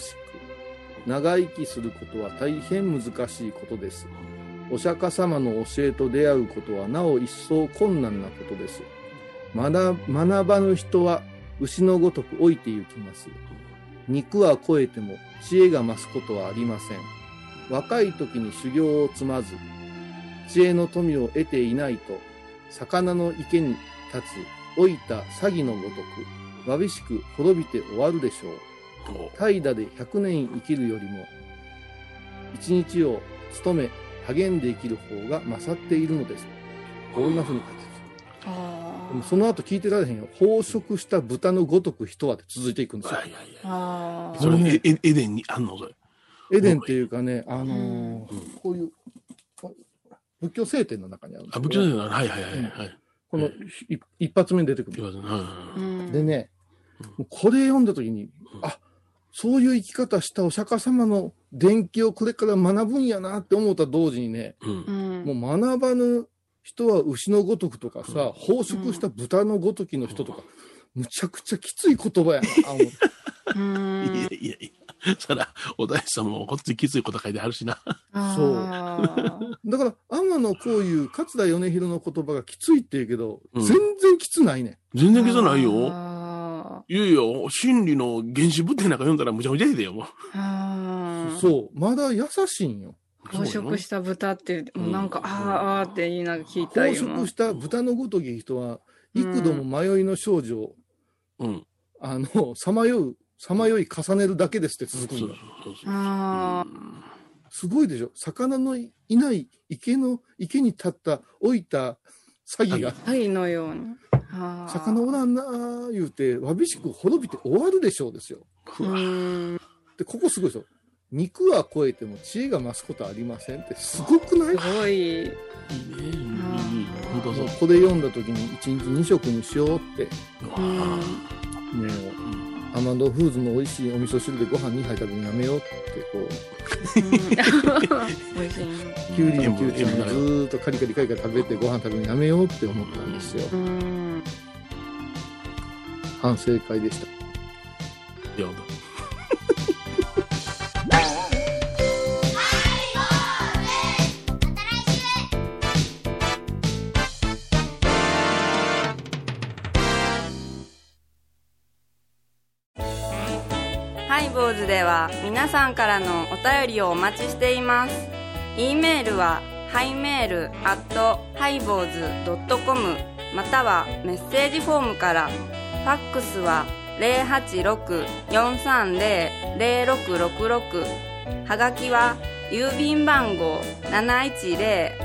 Speaker 2: 長生きすることは大変難しいことですお釈迦様の教えと出会うことはなお一層困難なことです学学ばぬ人は牛のごとく老いてゆきます肉は肥えても知恵が増すことはありません若い時に修行を積まず知恵の富を得ていないと魚の池に立つ老いた詐欺のごとくわびしく滅びて終わるでしょう
Speaker 3: うん
Speaker 2: 怠惰で100年生きるよりも一日を務め励んで生きる方が勝っているのですこんな風に書い
Speaker 1: あ
Speaker 2: てるで
Speaker 1: ー
Speaker 2: もその後聞いてられへんよ飽食した豚のごとく人はって続いていくんですよ
Speaker 3: あいやいや
Speaker 1: あー
Speaker 3: それねエエデンにあんのそれ
Speaker 2: エデンっていうかね、あのー
Speaker 3: うん
Speaker 2: こういう、こ仏教聖典の中にあるんです
Speaker 3: あ
Speaker 2: け
Speaker 3: 仏
Speaker 2: ど
Speaker 3: 教、だはいはいはいはい
Speaker 2: このひ一発目に出てく
Speaker 3: い
Speaker 2: る。
Speaker 3: ますねは
Speaker 1: う
Speaker 3: い
Speaker 1: ん
Speaker 2: でね、もうこれ読んだ時に、あそういう生き方したお釈迦様の伝記をこれから学ぶんやなって思った同時にね、
Speaker 3: うんうん
Speaker 1: うん
Speaker 2: もう学ばぬ人は牛のごとくとかさ、飽食した豚のごときの人とか、むちゃくちゃきつい言葉やな。あの
Speaker 1: うん
Speaker 3: いやいやいやそらお大師さんもこっちきついこと書いてあるしな
Speaker 2: そう
Speaker 1: あー
Speaker 2: だから、天野こういう勝田米広の言葉がきついって言うけど、
Speaker 3: うん
Speaker 2: 全然きつないね。
Speaker 3: 全然きつないよ
Speaker 1: あ
Speaker 3: いやいや真理の原始仏典なんか読んだらむちゃむちゃいいだよもう
Speaker 1: ーあー。
Speaker 2: そう、まだ優しいんよ。
Speaker 1: 飽食した豚って、もうなんか、
Speaker 3: うん
Speaker 1: あーあーって言いながら聞いた
Speaker 2: 飽
Speaker 1: 今。
Speaker 2: 食した豚のごとき人は、
Speaker 1: うん
Speaker 2: 幾度も迷いの少女を、
Speaker 3: うん
Speaker 2: あの、さまよう、さまよい重ねるだけですって続く
Speaker 3: そうんそう
Speaker 2: だ。
Speaker 3: そうそう
Speaker 1: あー
Speaker 2: すごいでしょ。魚のいない池の、池に立った、老いた詐欺が、
Speaker 1: はいのように。あー
Speaker 2: 魚おらんなー言うて、わびしく滅びて終わるでしょうですよ。
Speaker 3: う
Speaker 1: う
Speaker 3: わ
Speaker 1: ん。
Speaker 2: で、ここすごいでしょ。肉は肥えても知恵が増すことはありませんって、すごくない
Speaker 1: すごい。
Speaker 3: いいねいいいい本当
Speaker 2: も
Speaker 3: そうう
Speaker 2: これ読んだ時に1日2食にしようって
Speaker 1: うん
Speaker 2: もうアマンドフーズの美味しいお味噌汁でご飯2杯食べるのやめようってこう
Speaker 1: うん美味しいね。
Speaker 2: きゅうりもきゅうりもずーっとカリカリカリカリ食べてご飯食べるのやめようって思ったんですよ
Speaker 1: うん。
Speaker 2: 反省会でした
Speaker 3: いや本当
Speaker 1: ハイボーズでは皆さんからのお便りをお待ちしています。e メールはハイメールアットハイボーズドットコムまたはメッセージフォームから。ファックスは086-430-0666はがきは郵便番号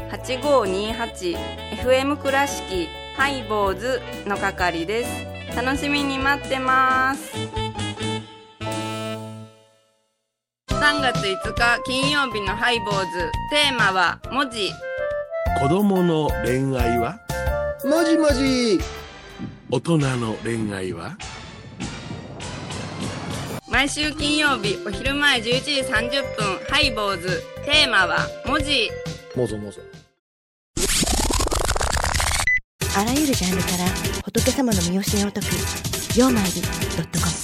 Speaker 1: 710-8528 FM 倉敷ハイボーズの係です。楽しみに待ってます。3月5日金曜日のハイボーズテーマは文字
Speaker 3: 子供の恋愛は
Speaker 2: マジマジ
Speaker 3: 大人の恋愛は
Speaker 1: 毎週金曜日お昼前11時30分ハイボーズテーマは文字
Speaker 2: もぞもぞ
Speaker 4: あらゆるジャンルから仏様の身教えを解く「曜マイルドットコム」